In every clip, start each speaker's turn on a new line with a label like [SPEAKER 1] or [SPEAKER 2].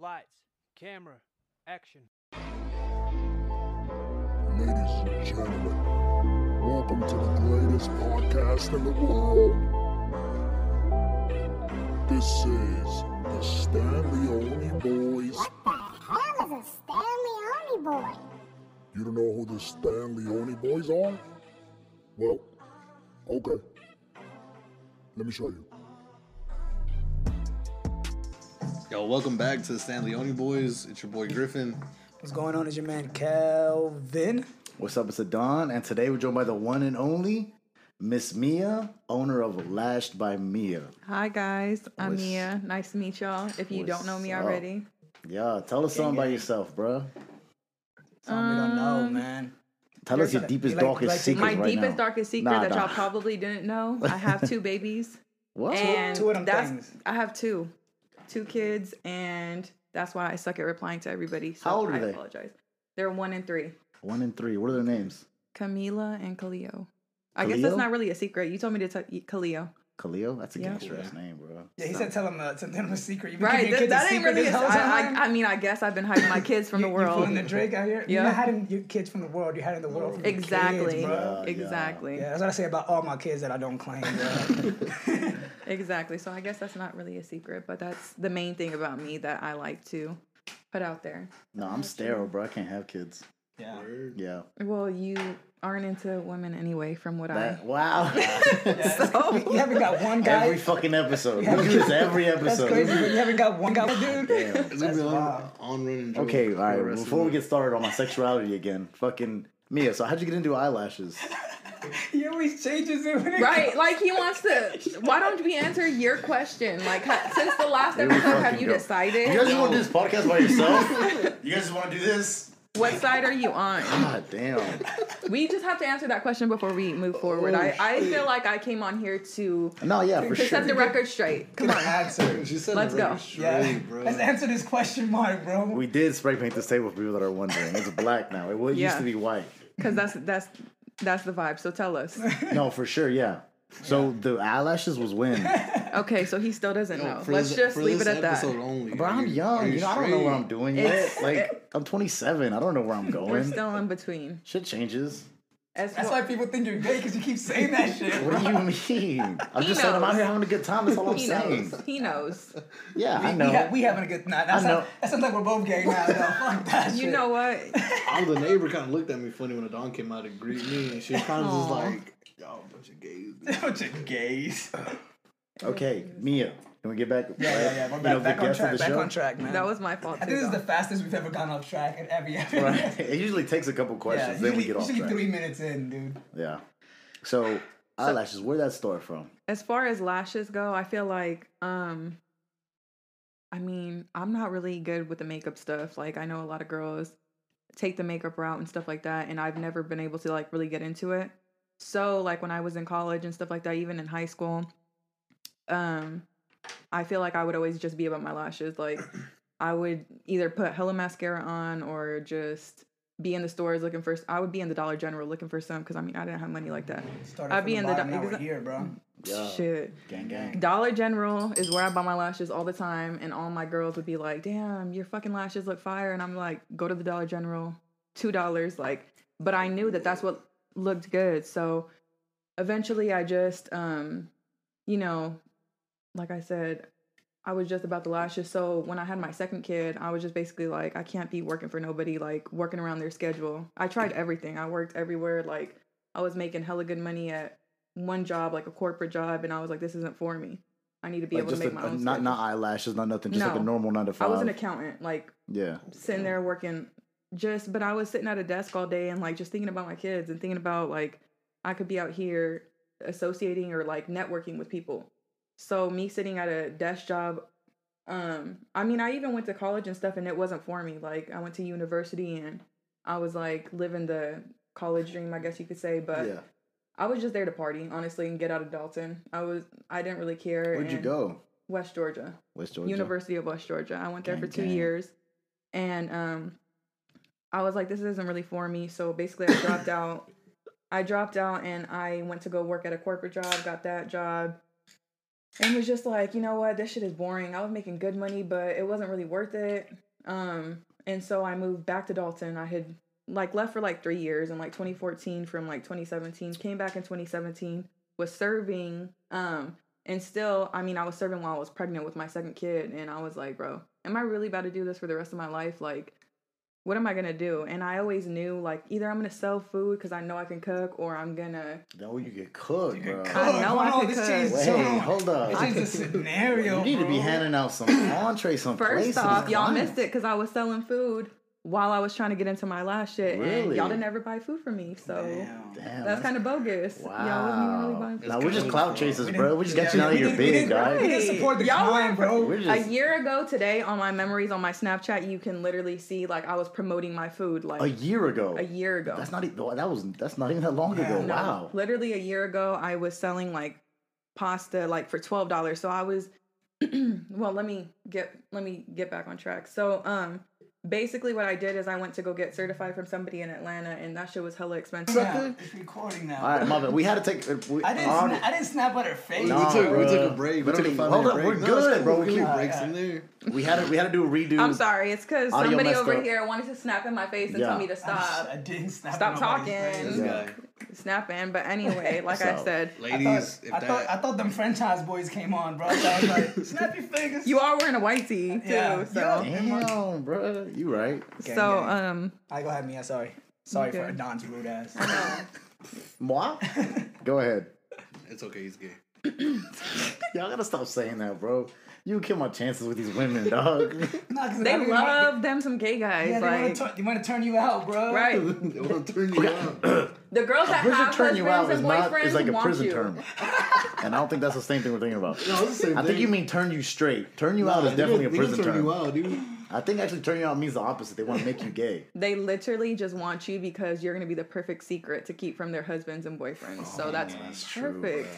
[SPEAKER 1] Lights, camera, action.
[SPEAKER 2] Ladies and gentlemen, welcome to the greatest podcast in the world. This is the Stanley Boys.
[SPEAKER 3] What the hell is a Stanley boy?
[SPEAKER 2] You don't know who the Stanley Boys are? Well, okay. Let me show you.
[SPEAKER 4] Yo, welcome back to the Stan Leone Boys. It's your boy Griffin.
[SPEAKER 5] What's going on? Is your man Calvin?
[SPEAKER 6] What's up? It's Adon, and today we're joined by the one and only Miss Mia, owner of Lashed by Mia.
[SPEAKER 7] Hi guys, I'm
[SPEAKER 6] What's-
[SPEAKER 7] Mia. Nice to meet y'all. If you don't know me
[SPEAKER 6] What's up?
[SPEAKER 7] already,
[SPEAKER 6] Yeah, tell us something about yourself, bruh.
[SPEAKER 5] Something we don't know,
[SPEAKER 7] Um,
[SPEAKER 5] man.
[SPEAKER 6] Tell us your
[SPEAKER 5] You're
[SPEAKER 6] deepest,
[SPEAKER 5] like-
[SPEAKER 6] darkest
[SPEAKER 5] like-
[SPEAKER 6] secret
[SPEAKER 5] Secret
[SPEAKER 7] my
[SPEAKER 6] right
[SPEAKER 7] deepest,
[SPEAKER 6] now.
[SPEAKER 7] darkest secret
[SPEAKER 6] Nah,
[SPEAKER 7] that
[SPEAKER 6] nah.
[SPEAKER 7] y'all probably didn't know. I have two babies,
[SPEAKER 6] What?
[SPEAKER 7] and
[SPEAKER 5] Two of them
[SPEAKER 7] that's
[SPEAKER 5] things.
[SPEAKER 7] I have two, two kids, and that's why I suck at replying to everybody. So
[SPEAKER 6] How old are
[SPEAKER 7] I
[SPEAKER 6] they?
[SPEAKER 7] apologize. They're one and three,
[SPEAKER 6] One and three. What are their names?
[SPEAKER 7] Camila and Kaleo. I guess that's
[SPEAKER 6] Kaleo?
[SPEAKER 7] not really a secret. You told me to tell Kaleo.
[SPEAKER 6] Khalil? That's a
[SPEAKER 7] Yeah.
[SPEAKER 6] gangster ass name, bro.
[SPEAKER 5] Yeah, he said tell him, uh, tell him a secret. You've been
[SPEAKER 7] Right,
[SPEAKER 5] keeping your
[SPEAKER 7] that,
[SPEAKER 5] kids a
[SPEAKER 7] that ain't
[SPEAKER 5] secret
[SPEAKER 7] really.
[SPEAKER 5] this
[SPEAKER 7] a-
[SPEAKER 5] whole
[SPEAKER 7] I,
[SPEAKER 5] time?
[SPEAKER 7] I, I mean, I guess I've been hiding my kids from
[SPEAKER 5] You-
[SPEAKER 7] the
[SPEAKER 5] You
[SPEAKER 7] world.
[SPEAKER 5] pulling the Drake out here? You're
[SPEAKER 7] Yeah.
[SPEAKER 5] not hiding your kids from the world. You're hiding the world from your kids,
[SPEAKER 7] Exactly.
[SPEAKER 5] bro.
[SPEAKER 6] Yeah, yeah.
[SPEAKER 7] exactly.
[SPEAKER 5] Yeah, that's what I say about all my kids that I don't claim, bro.
[SPEAKER 7] Exactly. So I guess that's not really a secret, but that's the main thing about me that I like to put out there.
[SPEAKER 6] No, I'm sterile, bro. I can't have kids.
[SPEAKER 5] yeah.
[SPEAKER 6] Yeah.
[SPEAKER 7] Well, you aren't into women anyway, from what
[SPEAKER 6] That, wow.
[SPEAKER 5] You haven't got one guy.
[SPEAKER 6] every fucking episode. You do this every
[SPEAKER 5] that's
[SPEAKER 6] episode.
[SPEAKER 5] crazy, but you haven't got one guy, dude.
[SPEAKER 6] Damn.
[SPEAKER 4] It's gonna be on,
[SPEAKER 5] wild.
[SPEAKER 4] on run and Joe
[SPEAKER 6] Okay,
[SPEAKER 4] for
[SPEAKER 6] all
[SPEAKER 4] the
[SPEAKER 6] right.
[SPEAKER 4] rest of
[SPEAKER 6] Before we
[SPEAKER 4] the-
[SPEAKER 6] get started on my sexuality again, fucking Mia. So how'd you get into eyelashes?
[SPEAKER 5] He always changes it when it
[SPEAKER 7] I. Right, like he wants to. Why don't we answer your question? Like, ha- since the last
[SPEAKER 6] Here we
[SPEAKER 7] episode, have
[SPEAKER 6] fucking
[SPEAKER 7] you
[SPEAKER 6] go.
[SPEAKER 7] decided?
[SPEAKER 6] You guys just want to do this podcast by yourself? you guys just want to do this?
[SPEAKER 7] what side are you on?
[SPEAKER 6] God damn.
[SPEAKER 7] We just have to answer that question before we
[SPEAKER 4] Oh,
[SPEAKER 7] move forward. I, I feel like I came on here to,
[SPEAKER 6] No, yeah, for
[SPEAKER 7] to
[SPEAKER 6] sure.
[SPEAKER 7] set the record straight. Come
[SPEAKER 5] Come
[SPEAKER 7] on.
[SPEAKER 5] on, answer.
[SPEAKER 4] She said
[SPEAKER 7] Let's
[SPEAKER 4] the record
[SPEAKER 7] go.
[SPEAKER 4] straight,
[SPEAKER 5] Yeah.
[SPEAKER 4] bro.
[SPEAKER 5] Let's answer this question mark, bro.
[SPEAKER 6] we did spray paint this table for people that are wondering. It's black now. It was, used
[SPEAKER 7] Yeah.
[SPEAKER 6] to be white.
[SPEAKER 7] Because that's, that's, that's the vibe. So tell us.
[SPEAKER 6] No, for sure, yeah. So the eyelashes was when,
[SPEAKER 7] Okay, so he still doesn't
[SPEAKER 4] Yo,
[SPEAKER 7] know.
[SPEAKER 4] for
[SPEAKER 7] Let's
[SPEAKER 4] this-
[SPEAKER 7] just
[SPEAKER 4] for
[SPEAKER 7] leave it
[SPEAKER 4] this
[SPEAKER 7] at that.
[SPEAKER 4] episode Only.
[SPEAKER 6] but
[SPEAKER 4] Are
[SPEAKER 6] I'm
[SPEAKER 4] you-
[SPEAKER 6] young.
[SPEAKER 4] are
[SPEAKER 6] You know, I don't know what I'm
[SPEAKER 4] straight?
[SPEAKER 6] doing yet. Like I'm 27. I don't know where I'm
[SPEAKER 7] We're
[SPEAKER 6] going.
[SPEAKER 7] still in between.
[SPEAKER 6] Shit changes.
[SPEAKER 7] As
[SPEAKER 5] That's why
[SPEAKER 7] well,
[SPEAKER 5] people think you're gay because you keep saying that shit.
[SPEAKER 6] What do you mean? I'm
[SPEAKER 7] He
[SPEAKER 6] just saying I'm out
[SPEAKER 7] knows.
[SPEAKER 6] here having a good time. That's all I'm
[SPEAKER 7] he
[SPEAKER 6] saying.
[SPEAKER 7] knows. He knows.
[SPEAKER 6] Yeah,
[SPEAKER 5] We,
[SPEAKER 6] I
[SPEAKER 5] ha-
[SPEAKER 6] know.
[SPEAKER 5] we having a good night. That
[SPEAKER 6] I know.
[SPEAKER 5] sounds, that sounds like we're both gay now. though. Fuck that shit.
[SPEAKER 7] You know what?
[SPEAKER 4] All the neighbor kind of looked at me funny when the don came out to greet me, and she kind of was like, "Y'all a bunch of gays." dude."
[SPEAKER 5] bunch of gays.
[SPEAKER 6] Okay, Mia. Can we get back?
[SPEAKER 5] Yeah, yeah, yeah. We're
[SPEAKER 6] You
[SPEAKER 5] back,
[SPEAKER 6] know, the
[SPEAKER 5] back on
[SPEAKER 6] guest of
[SPEAKER 5] track.
[SPEAKER 6] the
[SPEAKER 5] Back
[SPEAKER 6] show?
[SPEAKER 5] on track, man.
[SPEAKER 7] That was my fault.
[SPEAKER 5] I
[SPEAKER 7] too,
[SPEAKER 5] think this is
[SPEAKER 7] though.
[SPEAKER 5] the fastest we've ever gone off track in every episode.
[SPEAKER 6] Right. It usually takes a couple questions,
[SPEAKER 5] Yeah,
[SPEAKER 6] then
[SPEAKER 5] usually,
[SPEAKER 6] we get off
[SPEAKER 5] usually
[SPEAKER 6] track.
[SPEAKER 5] three minutes in, dude.
[SPEAKER 6] Yeah. So eyelashes, where'd that start from?
[SPEAKER 7] as far as lashes go, I feel like um I mean, I'm not really good with the makeup stuff. Like I know a lot of girls take the makeup route and stuff like that and I've never been able to like really get into it. So like when I was in college and stuff like that, even in high school, um I feel like I would always just be about my lashes. Like I would either put hella mascara on or just be in the stores looking for I would be in the Dollar General looking for some cuz I mean I didn't have money like that.
[SPEAKER 5] Started
[SPEAKER 7] I'd
[SPEAKER 5] from
[SPEAKER 7] be
[SPEAKER 5] the
[SPEAKER 7] in the
[SPEAKER 5] bottom,
[SPEAKER 7] doc-
[SPEAKER 5] now we're
[SPEAKER 7] exa-
[SPEAKER 5] here, bro.
[SPEAKER 6] Yeah.
[SPEAKER 7] Shit.
[SPEAKER 6] Gang gang.
[SPEAKER 7] Dollar General is where I buy my lashes all the time, and all my girls would be like, "Damn, your fucking lashes look fire," and I'm like, "Go to the Dollar General, two dollars." Like, but I knew that that's what looked good, so eventually I just, um, you know, like I said, I was just about the lashes. So when I had my second kid, I was just basically like, I can't be working for nobody, like working around their schedule. I tried everything. I worked everywhere. Like I was making hella good money at one job, like a corporate job, and I was like, this isn't for me. I need to be
[SPEAKER 6] Like
[SPEAKER 7] able to
[SPEAKER 6] just
[SPEAKER 7] make
[SPEAKER 6] a,
[SPEAKER 7] my
[SPEAKER 6] a-
[SPEAKER 7] own.
[SPEAKER 6] not
[SPEAKER 7] schedule.
[SPEAKER 6] not eyelashes, not nothing, just like a
[SPEAKER 7] No.
[SPEAKER 6] normal nine to
[SPEAKER 7] I
[SPEAKER 6] five.
[SPEAKER 7] was an accountant, like
[SPEAKER 6] Yeah.
[SPEAKER 7] sitting there working just but I was sitting at a desk all day and like just thinking about my kids and thinking about like I could be out here associating or like networking with people. So me sitting at a desk job um I mean I even went to college and stuff and it wasn't for me. Like I went to university and I was like living the college dream, I guess you could say, but
[SPEAKER 6] Yeah.
[SPEAKER 7] I was just there to party, honestly, and get out of Dalton. I was I didn't really care.
[SPEAKER 6] Where'd you
[SPEAKER 7] and-
[SPEAKER 6] go?
[SPEAKER 7] West Georgia.
[SPEAKER 6] West Georgia.
[SPEAKER 7] University of West Georgia. I went there for
[SPEAKER 6] Gang,
[SPEAKER 7] two
[SPEAKER 6] gang.
[SPEAKER 7] years, and um, I was like, this isn't really for me. So basically, I dropped out. I dropped out and I went to go work at a corporate job. Got that job, and was just like, you know what, this shit is boring. I was making good money, but it wasn't really worth it. Um, and so I moved back to Dalton. I had like left for like three years in like 2014 from like 2017, came back in 2017, was serving, um, and still, I mean, I was serving while I was pregnant with my second kid, and I was like, bro, am I really about to do this for the rest of my life? Like, what am I gonna do? And I always knew like either I'm gonna sell food because I know I can cook, or I'm gonna
[SPEAKER 6] No, you get cooked,
[SPEAKER 5] You
[SPEAKER 6] bro.
[SPEAKER 5] could
[SPEAKER 7] I
[SPEAKER 5] cook,
[SPEAKER 7] know I
[SPEAKER 5] bro.
[SPEAKER 7] could
[SPEAKER 5] This
[SPEAKER 7] cook.
[SPEAKER 5] shit's
[SPEAKER 6] Wait,
[SPEAKER 5] so-
[SPEAKER 6] hold up.
[SPEAKER 5] It's just a scenario.
[SPEAKER 6] You need to be
[SPEAKER 5] bro.
[SPEAKER 6] handing out some entrees, some
[SPEAKER 7] First
[SPEAKER 6] places.
[SPEAKER 7] off, y'all
[SPEAKER 6] Clients.
[SPEAKER 7] missed it because I was selling food while I was trying to get into my last shit, and
[SPEAKER 6] Really?
[SPEAKER 7] y'all didn't ever buy food for me. So
[SPEAKER 5] Damn.
[SPEAKER 6] Damn,
[SPEAKER 7] that's kind of bogus. Y'all wasn't even really buying
[SPEAKER 6] Wow.
[SPEAKER 7] food.
[SPEAKER 6] Nah, we're just clout chasers,
[SPEAKER 5] We
[SPEAKER 6] bro.
[SPEAKER 5] didn't-
[SPEAKER 6] We just got you
[SPEAKER 5] yeah,
[SPEAKER 6] out of
[SPEAKER 5] we
[SPEAKER 6] your
[SPEAKER 5] didn't- we
[SPEAKER 6] big,
[SPEAKER 5] didn't- We
[SPEAKER 6] guy.
[SPEAKER 5] didn't support the
[SPEAKER 7] Y'all
[SPEAKER 5] climb,
[SPEAKER 7] were-
[SPEAKER 5] bro.
[SPEAKER 6] We're just
[SPEAKER 7] a year ago today on my memories on my Snapchat, you can literally see like I was promoting my food like
[SPEAKER 6] a year ago.
[SPEAKER 7] a year ago.
[SPEAKER 6] That's not even that was that's not even that long
[SPEAKER 5] Yeah.
[SPEAKER 6] ago.
[SPEAKER 7] No,
[SPEAKER 6] Wow.
[SPEAKER 7] Literally a year ago, I was selling like pasta like for twelve dollars. So I was well, let me get let me get back on track. So um basically what I did is I went to go get certified from somebody in Atlanta and that shit was hella expensive.
[SPEAKER 5] Yeah, it's recording now.
[SPEAKER 6] All right, my bad. We had to take. uh, We,
[SPEAKER 5] I didn't.
[SPEAKER 6] already-
[SPEAKER 5] Sna- I didn't snap at her face.
[SPEAKER 6] Nah,
[SPEAKER 4] we, took, we
[SPEAKER 6] bruh.
[SPEAKER 4] took a break.
[SPEAKER 6] We
[SPEAKER 4] We
[SPEAKER 6] took
[SPEAKER 4] took
[SPEAKER 6] a-
[SPEAKER 4] a five
[SPEAKER 6] hold
[SPEAKER 4] minute
[SPEAKER 6] up,
[SPEAKER 4] break.
[SPEAKER 6] we're
[SPEAKER 4] No, it's
[SPEAKER 6] good,
[SPEAKER 4] cool.
[SPEAKER 6] bro.
[SPEAKER 4] We
[SPEAKER 6] We
[SPEAKER 4] can leave
[SPEAKER 6] can-
[SPEAKER 4] breaks in there.
[SPEAKER 6] we had to we had to do a redo.
[SPEAKER 7] I'm sorry, it's cause
[SPEAKER 6] Audio
[SPEAKER 7] somebody
[SPEAKER 6] messed
[SPEAKER 7] over
[SPEAKER 6] up.
[SPEAKER 7] here wanted to snap in my face and
[SPEAKER 6] Yeah.
[SPEAKER 7] tell me to
[SPEAKER 5] I, just, I
[SPEAKER 7] stop.
[SPEAKER 5] didn't snap.
[SPEAKER 7] Stop
[SPEAKER 5] at nobody's
[SPEAKER 7] talking.
[SPEAKER 5] face.
[SPEAKER 4] This guy.
[SPEAKER 7] Snap in, but anyway, like I
[SPEAKER 6] So-
[SPEAKER 7] said,
[SPEAKER 5] I thought,
[SPEAKER 4] Ladies,
[SPEAKER 5] I,
[SPEAKER 4] if
[SPEAKER 5] thought, I
[SPEAKER 4] that.
[SPEAKER 5] thought them franchise boys came on, bro. So I was like, snap your fingers.
[SPEAKER 7] you all wearing a white tee too,
[SPEAKER 5] Yeah.
[SPEAKER 7] so
[SPEAKER 5] Yeah.
[SPEAKER 6] Damn, bro. You right.
[SPEAKER 5] Gang,
[SPEAKER 7] so
[SPEAKER 5] gang.
[SPEAKER 7] um
[SPEAKER 5] I go ahead, Mia. Sorry. Sorry for
[SPEAKER 7] good.
[SPEAKER 5] Don's rude ass.
[SPEAKER 6] Moi? Go ahead.
[SPEAKER 4] It's okay, he's gay.
[SPEAKER 6] Y'all gotta stop saying that, bro. You kill my chances with these women, dog.
[SPEAKER 5] Nah, 'cause
[SPEAKER 7] they
[SPEAKER 5] wanna-
[SPEAKER 7] love them some gay guys.
[SPEAKER 5] Yeah, they
[SPEAKER 7] like
[SPEAKER 5] want to turn, you out, bro.
[SPEAKER 7] right.
[SPEAKER 4] They want to turn you out.
[SPEAKER 7] The girls that
[SPEAKER 6] prison
[SPEAKER 7] have
[SPEAKER 6] turn
[SPEAKER 7] husbands
[SPEAKER 6] you out
[SPEAKER 7] and
[SPEAKER 6] is not
[SPEAKER 7] boyfriends
[SPEAKER 6] is like a
[SPEAKER 7] want
[SPEAKER 6] prison
[SPEAKER 7] you.
[SPEAKER 6] term, and I don't think that's the same thing we're thinking about.
[SPEAKER 4] No, it's the same
[SPEAKER 6] I think
[SPEAKER 4] thing.
[SPEAKER 6] you mean turn you straight. Turn you out is
[SPEAKER 4] They
[SPEAKER 6] definitely a
[SPEAKER 4] gonna- they
[SPEAKER 6] prison
[SPEAKER 4] gonna turn
[SPEAKER 6] term.
[SPEAKER 4] you out, dude.
[SPEAKER 6] I think actually turn you out means the opposite. They want to make you gay.
[SPEAKER 7] They literally just want you because you're going to be the perfect secret to keep from their husbands and boyfriends. so that's,
[SPEAKER 6] Oh, true,
[SPEAKER 7] perfect.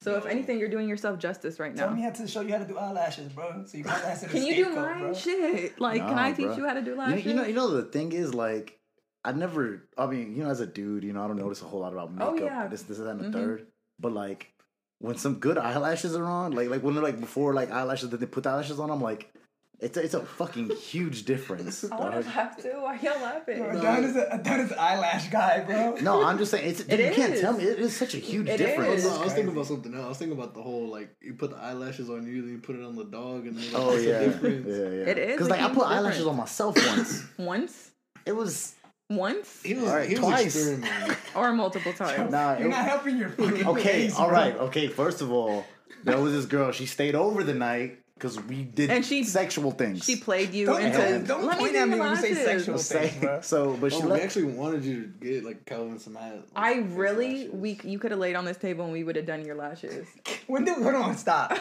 [SPEAKER 7] so if anything, you're doing yourself justice right
[SPEAKER 5] Tell
[SPEAKER 7] now.
[SPEAKER 5] me how to show you how to do eyelashes, bro. So you can eyelash
[SPEAKER 7] Can you do mine? Shit, like can
[SPEAKER 6] Nah,
[SPEAKER 7] I teach
[SPEAKER 6] bruh.
[SPEAKER 7] you how to do
[SPEAKER 6] You know,
[SPEAKER 7] lashes?
[SPEAKER 6] you know, you know the thing is like, I never. I mean, you know, as a dude, you know, I don't notice a whole lot about makeup.
[SPEAKER 7] Oh, yeah.
[SPEAKER 6] This, this, that, and the third. But like, when some good eyelashes are on, like, like when they're like before like eyelashes, that they put the eyelashes on. I'm like, it's a, it's a fucking huge difference.
[SPEAKER 7] I want
[SPEAKER 6] dog.
[SPEAKER 7] to laugh too. Why y'all laughing?
[SPEAKER 5] Don is a Don is an eyelash guy, bro.
[SPEAKER 6] No, I'm just saying it's, you can't
[SPEAKER 7] is.
[SPEAKER 6] tell me it is such a huge
[SPEAKER 7] It
[SPEAKER 6] difference.
[SPEAKER 7] is.
[SPEAKER 4] No, I was thinking about something else. I was thinking about the whole like you put the eyelashes on you, then you put it on the dog, and then like,
[SPEAKER 6] Oh
[SPEAKER 4] what's the
[SPEAKER 6] yeah,
[SPEAKER 4] difference?
[SPEAKER 6] yeah, yeah.
[SPEAKER 7] It is
[SPEAKER 6] because
[SPEAKER 7] a
[SPEAKER 6] like I
[SPEAKER 7] huge
[SPEAKER 6] put eyelashes
[SPEAKER 7] difference.
[SPEAKER 6] on myself once.
[SPEAKER 7] Once,
[SPEAKER 6] it was
[SPEAKER 7] once,
[SPEAKER 4] He was,
[SPEAKER 6] All right,
[SPEAKER 4] he was
[SPEAKER 6] twice.
[SPEAKER 4] experimenting.
[SPEAKER 7] or multiple times.
[SPEAKER 6] nah.
[SPEAKER 5] You're
[SPEAKER 6] It,
[SPEAKER 5] not helping your fucking
[SPEAKER 6] okay,
[SPEAKER 5] case,
[SPEAKER 6] all
[SPEAKER 5] bro.
[SPEAKER 6] right, okay. First of all, there was this girl. She stayed over the night because we did
[SPEAKER 7] And she-
[SPEAKER 6] sexual things.
[SPEAKER 7] She played you
[SPEAKER 5] Don't,
[SPEAKER 7] into.
[SPEAKER 5] don't, don't
[SPEAKER 7] let me
[SPEAKER 5] point
[SPEAKER 7] do
[SPEAKER 5] at me
[SPEAKER 7] your
[SPEAKER 5] when you say
[SPEAKER 7] lashes.
[SPEAKER 5] sexual
[SPEAKER 6] Say-
[SPEAKER 5] things, bro.
[SPEAKER 6] so, but she
[SPEAKER 4] Oh, we
[SPEAKER 6] left.
[SPEAKER 4] actually wanted you to get like Calvin some eye. Like,
[SPEAKER 7] I really,
[SPEAKER 4] eyelashes.
[SPEAKER 7] we you could have laid on this table and we would have done your lashes.
[SPEAKER 5] When did hold on stop?